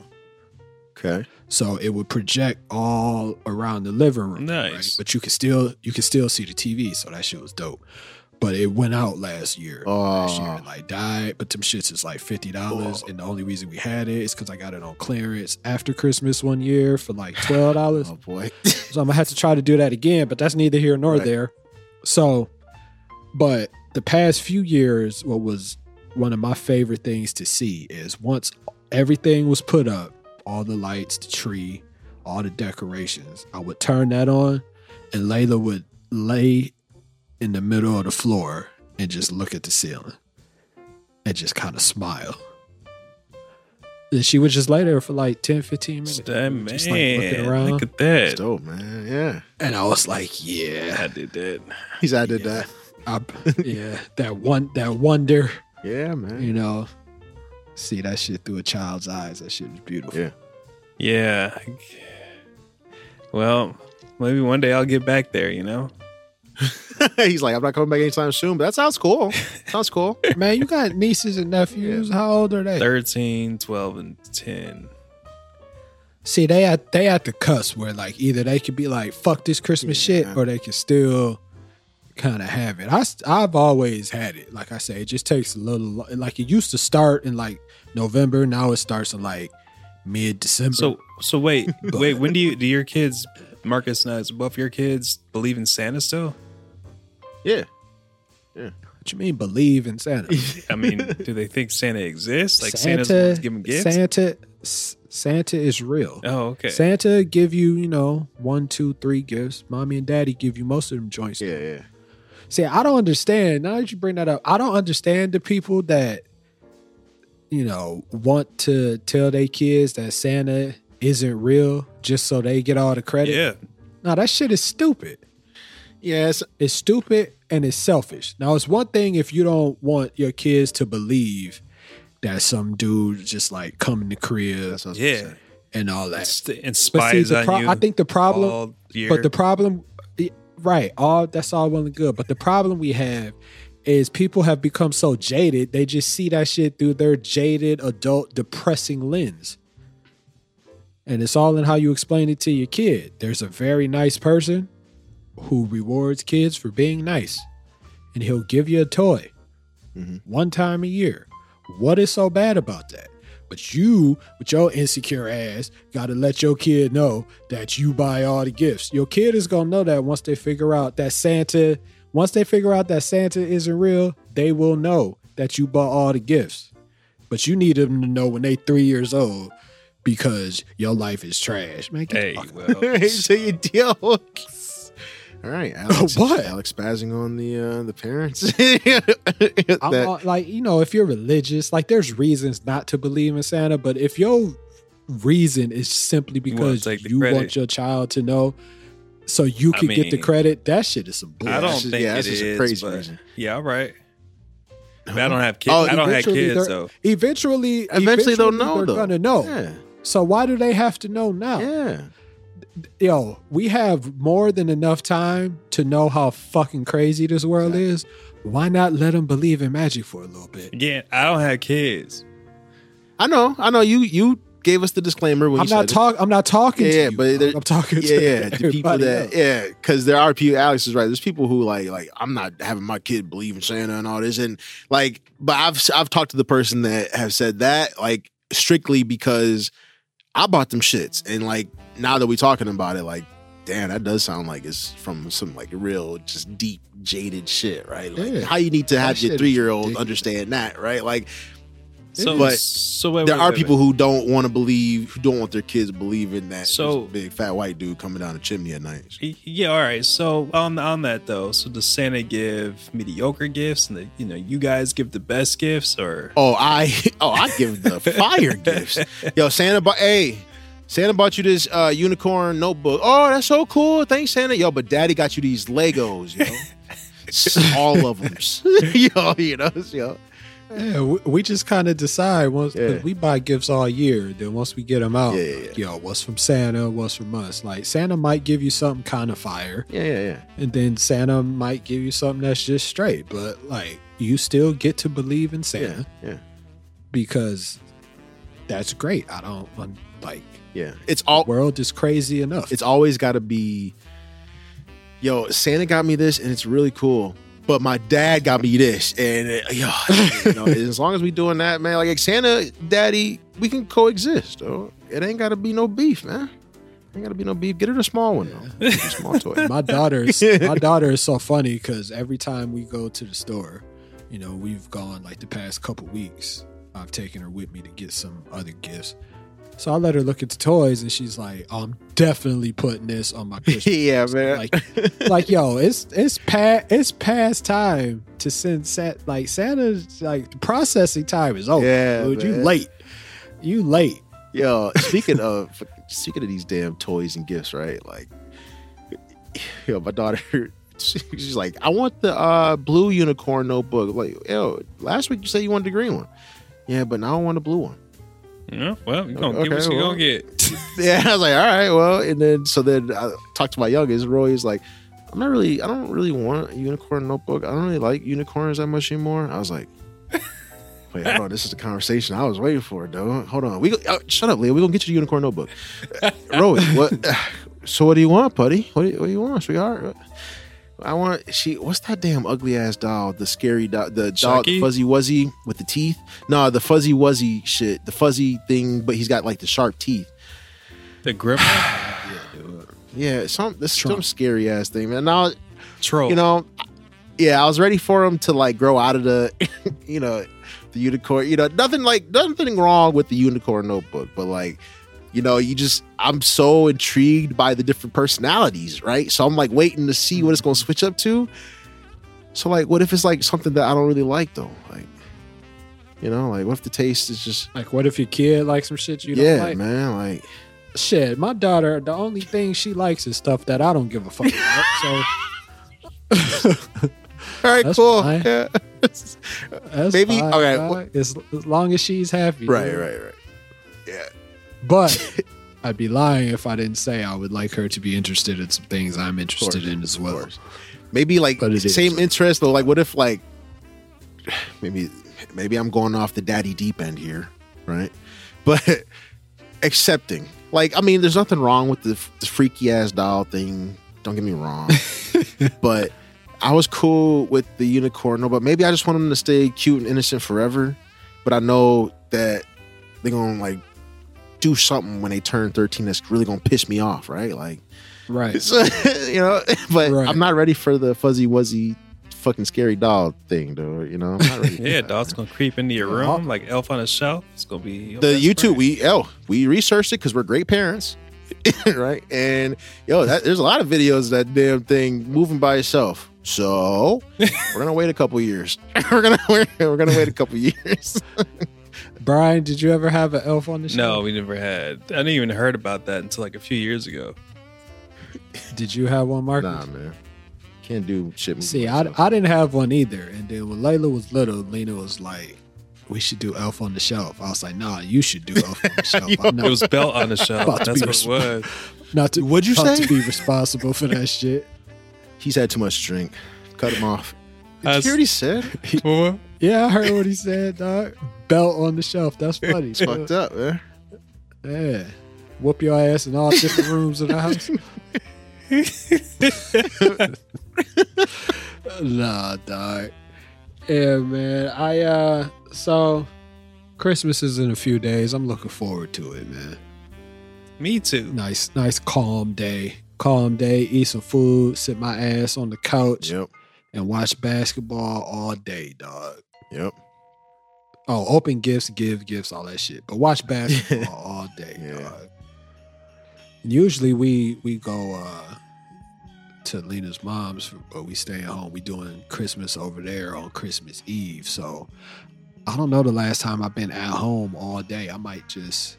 Speaker 2: Okay.
Speaker 1: so it would project all around the living room
Speaker 3: Nice.
Speaker 1: but you could still you could still see the tv so that shit was dope but it went out last year last year
Speaker 2: Oh,
Speaker 1: and like died. But them shits is like fifty dollars,
Speaker 2: Oh.
Speaker 1: and the only reason we had it is because I got it on clearance after Christmas one year for like twelve dollars.
Speaker 2: oh boy.
Speaker 1: so I'm gonna have to try to do that again, but that's neither here nor
Speaker 2: Right.
Speaker 1: there. So, but the past few years, what was one of my favorite things to see is once everything was put up, all the lights, the tree, all the decorations, I would turn that on, and Layla would lay in the middle of the floor and just look at the ceiling and just kind of smile. And she would just lay there for like 10, 15 minutes.
Speaker 3: That uh, man,
Speaker 1: just like looking around.
Speaker 3: look at
Speaker 2: It's
Speaker 3: that.
Speaker 2: dope, man. Yeah.
Speaker 1: And I was like, yeah.
Speaker 3: I did that.
Speaker 2: He's I did
Speaker 1: Yeah.
Speaker 2: that.
Speaker 1: I, yeah, that one, that wonder,
Speaker 2: Yeah, man.
Speaker 1: you know, see that shit through a child's eyes. That shit is beautiful.
Speaker 2: Yeah.
Speaker 3: Yeah. Well, maybe one day I'll get back there. You know.
Speaker 2: He's like, I'm not coming back anytime soon, but that sounds cool. sounds cool.
Speaker 1: Man, you got nieces and nephews. How old are they?
Speaker 3: 13, 12, and 10.
Speaker 1: See, they at they at the cusp where like either they could be like fuck this Christmas
Speaker 2: Yeah.
Speaker 1: shit, or they can still kind of have it. I st- I've always had it. Like I say, it just takes a little. lo- Like it used to start in like November. Now it starts in like mid December.
Speaker 3: So so wait,
Speaker 1: But-
Speaker 3: wait, when do you do your kids Marcus and I, both your kids believe in Santa still?
Speaker 2: Yeah.
Speaker 1: what you mean believe in Santa?
Speaker 3: I mean, do they think Santa exists? Like Santa's the ones giving gifts?
Speaker 1: Santa, S- Santa is real.
Speaker 3: oh, okay.
Speaker 1: Santa give you, you know, one, two, three gifts. Mommy and daddy give you most of them joints.
Speaker 2: Yeah, yeah.
Speaker 1: See, I don't understand. Now that you bring that up, I don't understand the people that, you know, want to tell their kids that Santa isn't real just so they get all the credit.
Speaker 3: yeah.
Speaker 1: No, that shit is stupid.
Speaker 2: Yeah, it's,
Speaker 1: It's stupid and it's selfish. Now, it's one thing if you don't want your kids to believe that some dude just like come in the crib
Speaker 2: that's what I was gonna
Speaker 3: Yeah.
Speaker 2: say.
Speaker 1: and all that.
Speaker 3: It's, it
Speaker 1: But see,
Speaker 3: spies
Speaker 1: the
Speaker 3: on
Speaker 1: pro-
Speaker 3: you.
Speaker 1: I think the problem
Speaker 3: all year.
Speaker 1: but the problem, right? All that's all well and good. But the problem we have is people have become so jaded; they just see that shit through their jaded, adult, depressing lens. And it's all in how you explain it to your kid. There's a very nice person who rewards kids for being nice, and he'll give you a toy
Speaker 2: Mhm.
Speaker 1: one time a year. What is so bad about that? But you, with your insecure ass, got to let your kid know that you buy all the gifts. Your kid is going to know that once they figure out that Santa, once they figure out that Santa isn't real, they will know that you bought all the gifts. But you need them to know when they three years old because your life is trash. Man, get the
Speaker 3: hey,
Speaker 1: fuck-
Speaker 3: well,
Speaker 2: so you deal. All right, Alex.
Speaker 1: What?
Speaker 2: Alex spazzing on the uh, the parents.
Speaker 1: I'm
Speaker 2: That-
Speaker 1: all- like, you know, if you're religious, like there's reasons not to believe in Santa, but if your reason is simply
Speaker 3: wanna
Speaker 1: because
Speaker 3: take the
Speaker 1: you
Speaker 3: credit.
Speaker 1: want your child to know so you
Speaker 3: I
Speaker 1: could get the
Speaker 3: mean,
Speaker 1: credit. That shit is some bullshit.
Speaker 3: I don't
Speaker 2: that's just-
Speaker 3: think
Speaker 2: yeah,
Speaker 3: it
Speaker 2: that's just a
Speaker 3: is,
Speaker 2: crazy
Speaker 3: but-
Speaker 2: reason.
Speaker 3: Yeah, all right. But I don't have kids.
Speaker 2: Oh,
Speaker 3: I
Speaker 1: Uh-huh.
Speaker 3: don't have
Speaker 1: eventually
Speaker 3: kids
Speaker 1: they're-
Speaker 3: though.
Speaker 1: Eventually,
Speaker 2: Eventually they'll know,
Speaker 1: They're
Speaker 2: though.
Speaker 1: gonna know. Oh.
Speaker 2: Yeah.
Speaker 1: So why do they have to know now?
Speaker 2: Yeah.
Speaker 1: Yo, we have more than enough time to know how fucking crazy this world is. Why not let them believe in magic for a little bit?
Speaker 3: Again, I don't have kids.
Speaker 2: I know. I know. You you gave us the disclaimer when
Speaker 1: I'm
Speaker 2: you said
Speaker 1: not
Speaker 2: it.
Speaker 1: talking. I'm not talking
Speaker 2: Yeah,
Speaker 1: to
Speaker 2: yeah,
Speaker 1: you.
Speaker 2: but they're-
Speaker 1: I'm talking
Speaker 2: Yeah,
Speaker 1: to
Speaker 2: yeah. The people
Speaker 1: everybody
Speaker 2: that
Speaker 1: else.
Speaker 2: yeah, because there are people. Alex is right. There's people who like like I'm not having my kid believe in Santa and all this, and like, but I've I've talked to the person that have said that like strictly because I bought them shits, and like now that we talking about it, like. Damn, that does sound like it's from some like real, just deep, jaded shit, right? Like,
Speaker 1: Yeah.
Speaker 2: how you need to have
Speaker 1: That shit
Speaker 2: your
Speaker 1: is
Speaker 2: three year old
Speaker 1: ridiculous.
Speaker 2: understand that, right? Like,
Speaker 3: So,
Speaker 2: But
Speaker 3: so wait,
Speaker 2: there
Speaker 3: wait,
Speaker 2: are
Speaker 3: wait,
Speaker 2: people who don't want to believe, who don't want their kids believing that
Speaker 3: So-
Speaker 2: this big fat white dude coming down the chimney at night.
Speaker 3: wait. Yeah, all right. So on on that though, so does Santa give mediocre gifts, and the, you know you guys give the best gifts, or
Speaker 2: Oh, I oh I give the fire gifts. Yo, Santa bought hey, Santa bought you this uh, unicorn notebook. Oh, that's so cool. Thanks, Santa. Yo, but Daddy got you these Legos. Yo, all of them. yo, you know, yo.
Speaker 1: Yeah, we, we just kind of decide once 'cause
Speaker 2: Yeah.
Speaker 1: we buy gifts all year. Then once we get them out,
Speaker 2: Yeah, yeah,
Speaker 1: like, yo, what's from Santa? What's from us? Like Santa might give you something kind of fire,
Speaker 2: Yeah, yeah, yeah.
Speaker 1: and then Santa might give you something that's just straight. But like, you still get to believe in Santa
Speaker 2: Yeah, yeah,
Speaker 1: because that's great. I don't un- like
Speaker 2: yeah. It's
Speaker 1: the
Speaker 2: all
Speaker 1: world is crazy enough.
Speaker 2: it's always got to be yo santa got me this and it's really cool but my dad got me this and uh, yo, you know, as long as we doing that man like, santa daddy we can coexist oh it ain't gotta be no beef man ain't gotta be no beef get her a small one though Get her a small toy
Speaker 1: my daughter's my daughter is so funny because every time we go to the store, you know, we've gone like the past couple weeks. I've taken her with me to get some other gifts. So I let her look at the toys, and she's like, "I'm definitely putting this on my Christmas."
Speaker 2: yeah man
Speaker 1: like, like, yo, it's it's past it's past time to send set like Santa's like the processing time is over.
Speaker 2: Yeah,
Speaker 1: dude. you
Speaker 2: man.
Speaker 1: late, you late.
Speaker 2: Yo, speaking of speaking of these damn toys and gifts, right? Like, yo, my daughter, she's like, I want the uh, blue unicorn notebook. Like, yo, last week you said you wanted the green one. Yeah, but now I want the blue one.
Speaker 3: yeah, well, you gonna
Speaker 2: Okay,
Speaker 3: get what you
Speaker 2: well.
Speaker 3: gonna get.
Speaker 2: Yeah, I was like, all right, well, and then so then I talked to my youngest. Roy's like, I'm not really, I don't really want a unicorn notebook. I don't really like unicorns that much anymore. I was like, wait, hold on, this is the conversation I was waiting for, though. Hold on, we go, oh, shut up, Leah. We're gonna get you the unicorn notebook. Roy, what? So what do you want, buddy? What do you, what do you want, sweetheart? I want she. What's that damn ugly ass doll? The scary doll, the doll,
Speaker 3: Chucky?
Speaker 2: the fuzzy wuzzy with the teeth. No, the fuzzy wuzzy shit, the fuzzy thing, but he's got like the sharp teeth.
Speaker 3: the grip
Speaker 2: Yeah, some this some
Speaker 1: Trump. Oh.
Speaker 2: scary ass thing, man. Now
Speaker 3: troll.
Speaker 2: you know, yeah, I was ready for him to like grow out of the, you know, the unicorn. You know, nothing like nothing wrong with the unicorn notebook, but like, you know, you just I'm so intrigued by the different personalities, right? So I'm like waiting to see what it's gonna switch up to. So like, what if it's like something that I don't really like though, like, you know, like what if the taste is just
Speaker 1: Like, what if your kid likes some shit you don't
Speaker 2: yeah,
Speaker 1: like?
Speaker 2: man, like
Speaker 1: Shit, my daughter, the only thing she likes is stuff that I don't give a fuck about. So
Speaker 2: all right,
Speaker 1: That's
Speaker 2: cool,
Speaker 1: fine.
Speaker 2: yeah.
Speaker 1: that's
Speaker 2: Maybe-
Speaker 1: fine,
Speaker 2: okay,
Speaker 1: dog.
Speaker 2: what-
Speaker 1: As, as long as she's happy.
Speaker 2: right,
Speaker 1: dude.
Speaker 2: right, right.
Speaker 1: But I'd be lying if I didn't say I would like her to be interested in some things I'm interested
Speaker 2: course,
Speaker 1: in as well.
Speaker 2: course. maybe like
Speaker 1: But it is.
Speaker 2: same interest though. Like, what if like maybe maybe I'm going off the daddy deep end here, right? But accepting, like, I mean, there's nothing wrong with the, the freaky ass doll thing. Don't get me wrong, but I was cool with the unicorn. But maybe I just want them to stay cute and innocent forever. But I know that they're gonna like do something when they turn 13 that's really gonna piss me off, right? Like.
Speaker 1: Right.
Speaker 2: So, you know, but
Speaker 1: Right.
Speaker 2: I'm not ready for the fuzzy wuzzy fucking scary doll thing, though. You know, I'm not ready. for
Speaker 3: Yeah,
Speaker 2: that.
Speaker 3: dog's gonna creep into your
Speaker 1: Yeah.
Speaker 3: room like elf on a shelf. It's gonna be your
Speaker 2: The
Speaker 3: best
Speaker 2: YouTube,
Speaker 3: friend.
Speaker 2: we oh, we researched it because we're great parents, right? And yo, that, there's a lot of videos of that damn thing moving by itself. So we're gonna wait a couple years. we're gonna we're, we're gonna wait a couple years.
Speaker 1: Brian, did you ever have an elf on the show?
Speaker 3: No, we never had. I didn't even heard about that until like a few years ago.
Speaker 1: Did you have one, Marcus?
Speaker 2: Nah, man. Can't do shit.
Speaker 1: See, I, I didn't have one either. And then when Layla was little, Lena was like, we should do Elf on the Shelf. I was like, nah, you should do Elf on the Shelf. I'm
Speaker 3: It
Speaker 1: not,
Speaker 3: was belt on the shelf.
Speaker 1: About to
Speaker 3: That's
Speaker 1: be
Speaker 3: what it was.
Speaker 1: not to,
Speaker 2: What'd you
Speaker 1: not
Speaker 2: say?
Speaker 1: to be responsible for that shit.
Speaker 2: He's had too much to drink. Cut him off. Did
Speaker 3: That's-
Speaker 2: you hear what he said?
Speaker 3: What?
Speaker 1: Yeah, I heard what he said, dog. Belt on the shelf. That's funny.
Speaker 2: It's fucked up, man.
Speaker 1: Yeah. Whoop your ass in all different rooms of the house. nah, dog. Yeah, man. I uh so Christmas is in a few days. I'm looking forward to it, man.
Speaker 3: Me too.
Speaker 1: Nice, nice calm day. Calm day, eat some food, sit my ass on the couch
Speaker 2: Yep.
Speaker 1: and watch basketball all day, dog.
Speaker 2: Yep.
Speaker 1: Oh, open gifts, give gifts, all that shit. But watch basketball all day.
Speaker 2: Yeah.
Speaker 1: dog. And usually we we go uh, to Lena's mom's, but we stay at home. We doing Christmas over there on Christmas Eve. So I don't know the last time I've been at home all day. I might just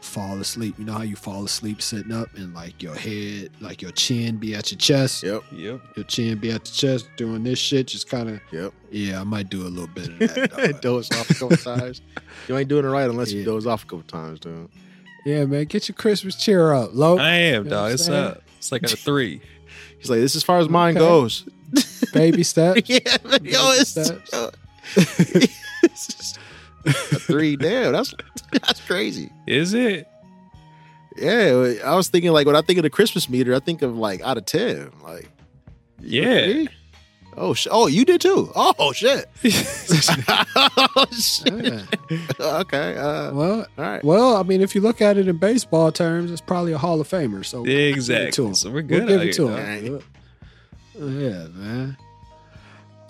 Speaker 1: fall asleep. You know how you fall asleep sitting up and like your head, like your chin be at your chest,
Speaker 2: Yep.
Speaker 3: Yep.
Speaker 1: your chin be at the chest doing this shit. Just kind of
Speaker 2: Yep.
Speaker 1: yeah, I might do a little bit of that. dog.
Speaker 2: doze off a couple times. You ain't doing it right unless
Speaker 1: Yeah.
Speaker 2: you doze off a couple times, dude.
Speaker 1: Yeah, man, get your Christmas cheer up, low.
Speaker 3: I am,
Speaker 1: Oh, You know what
Speaker 3: dog.
Speaker 1: I'm
Speaker 3: It's
Speaker 1: saying?
Speaker 3: up. It's like a three.
Speaker 2: He's like, this as far as mine
Speaker 1: Okay.
Speaker 2: goes.
Speaker 1: Baby steps.
Speaker 2: yeah, man,
Speaker 1: Baby
Speaker 2: yo, it's,
Speaker 1: steps.
Speaker 2: yo, it's just a three. Damn, that's that's crazy.
Speaker 3: Is it?
Speaker 2: Yeah, I was thinking like when I think of the Christmas meter, I think of like out of ten, like
Speaker 3: Yeah.
Speaker 2: three? Oh, sh- oh, you did too. Oh shit. oh, shit.
Speaker 1: Yeah.
Speaker 2: Okay. Uh, all
Speaker 1: Well,
Speaker 2: right.
Speaker 1: well, I mean, if you look at it in baseball terms, it's probably a Hall of Famer. So we'll give it to
Speaker 3: Exactly.
Speaker 1: him.
Speaker 3: So we're
Speaker 1: We'll
Speaker 3: good.
Speaker 1: give
Speaker 3: out
Speaker 1: it to
Speaker 3: here,
Speaker 2: here,
Speaker 1: him. Oh, Yeah, man.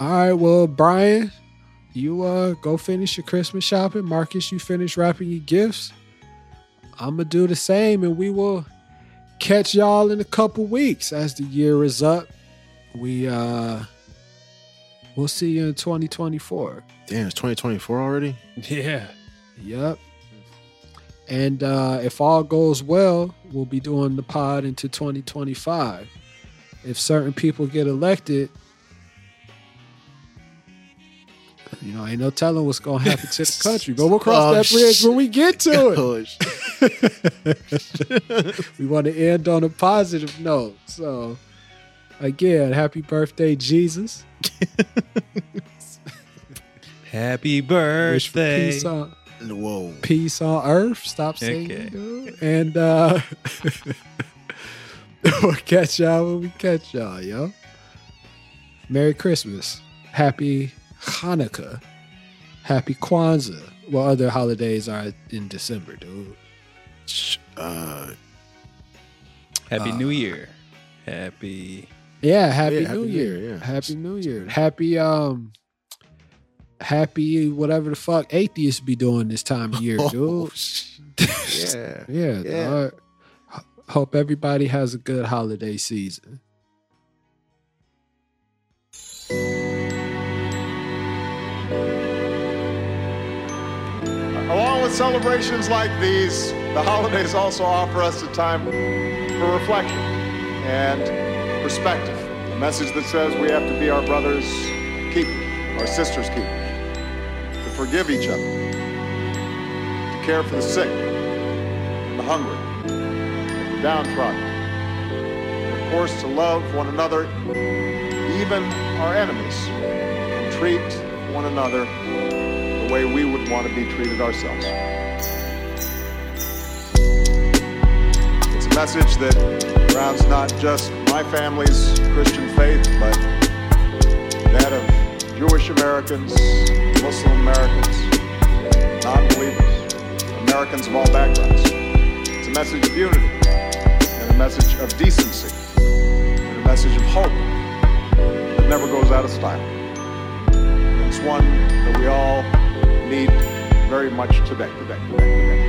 Speaker 1: All right, well, Brian, you uh go finish your Christmas shopping. Marcus, you finish wrapping your gifts. I'm gonna do the same, and we will catch y'all in a couple weeks as the year is up. We uh we'll see you in 2024.
Speaker 2: Damn, it's 2024 already.
Speaker 3: dog. Yeah.
Speaker 1: Yep. And uh, if all goes well, we'll be doing the pod into 2025. If certain people get elected, you know, ain't no telling what's going to happen to the country. But we'll cross
Speaker 2: Oh,
Speaker 1: that bridge
Speaker 2: shit.
Speaker 1: when we get to
Speaker 2: Oh, shit.
Speaker 1: it. we want to end on a positive note. So, again, happy birthday, Jesus.
Speaker 3: Happy
Speaker 1: Wish for
Speaker 3: birthday.
Speaker 1: peace on,
Speaker 2: Whoa.
Speaker 1: peace on earth. Stop saying
Speaker 3: Okay.
Speaker 1: dude. And uh we'll catch y'all when we catch y'all, yo. Merry Christmas. Happy Hanukkah. Happy Kwanzaa. Well, other holidays are in December, dude.
Speaker 2: Uh,
Speaker 3: Happy
Speaker 1: Uh,
Speaker 3: New Year. Happy.
Speaker 1: Yeah, happy,
Speaker 2: Yeah,
Speaker 1: New,
Speaker 2: Happy New
Speaker 1: Year.
Speaker 2: Year, yeah.
Speaker 1: Happy New Year. Happy um happy whatever the fuck atheists be doing this time of year, dude.
Speaker 2: oh, shit. yeah.
Speaker 1: Yeah.
Speaker 2: Yeah.
Speaker 1: dog. H- Hope everybody has a good holiday season.
Speaker 4: Along with celebrations like these, the holidays also offer us a time for reflection and perspective. A message that says we have to be our brother's keeper, our sister's keeper, to forgive each other, to care for the sick, the hungry, the downtrodden, and of course to love one another, even our enemies, and treat one another the way we would want to be treated ourselves. It's a message that grounds not just my family's Christian faith, but that of Jewish Americans, Muslim Americans, non believers, Americans of all backgrounds. It's a message of unity, and a message of decency, and a message of hope that never goes out of style. It's one that we all need very much today, today, today, today.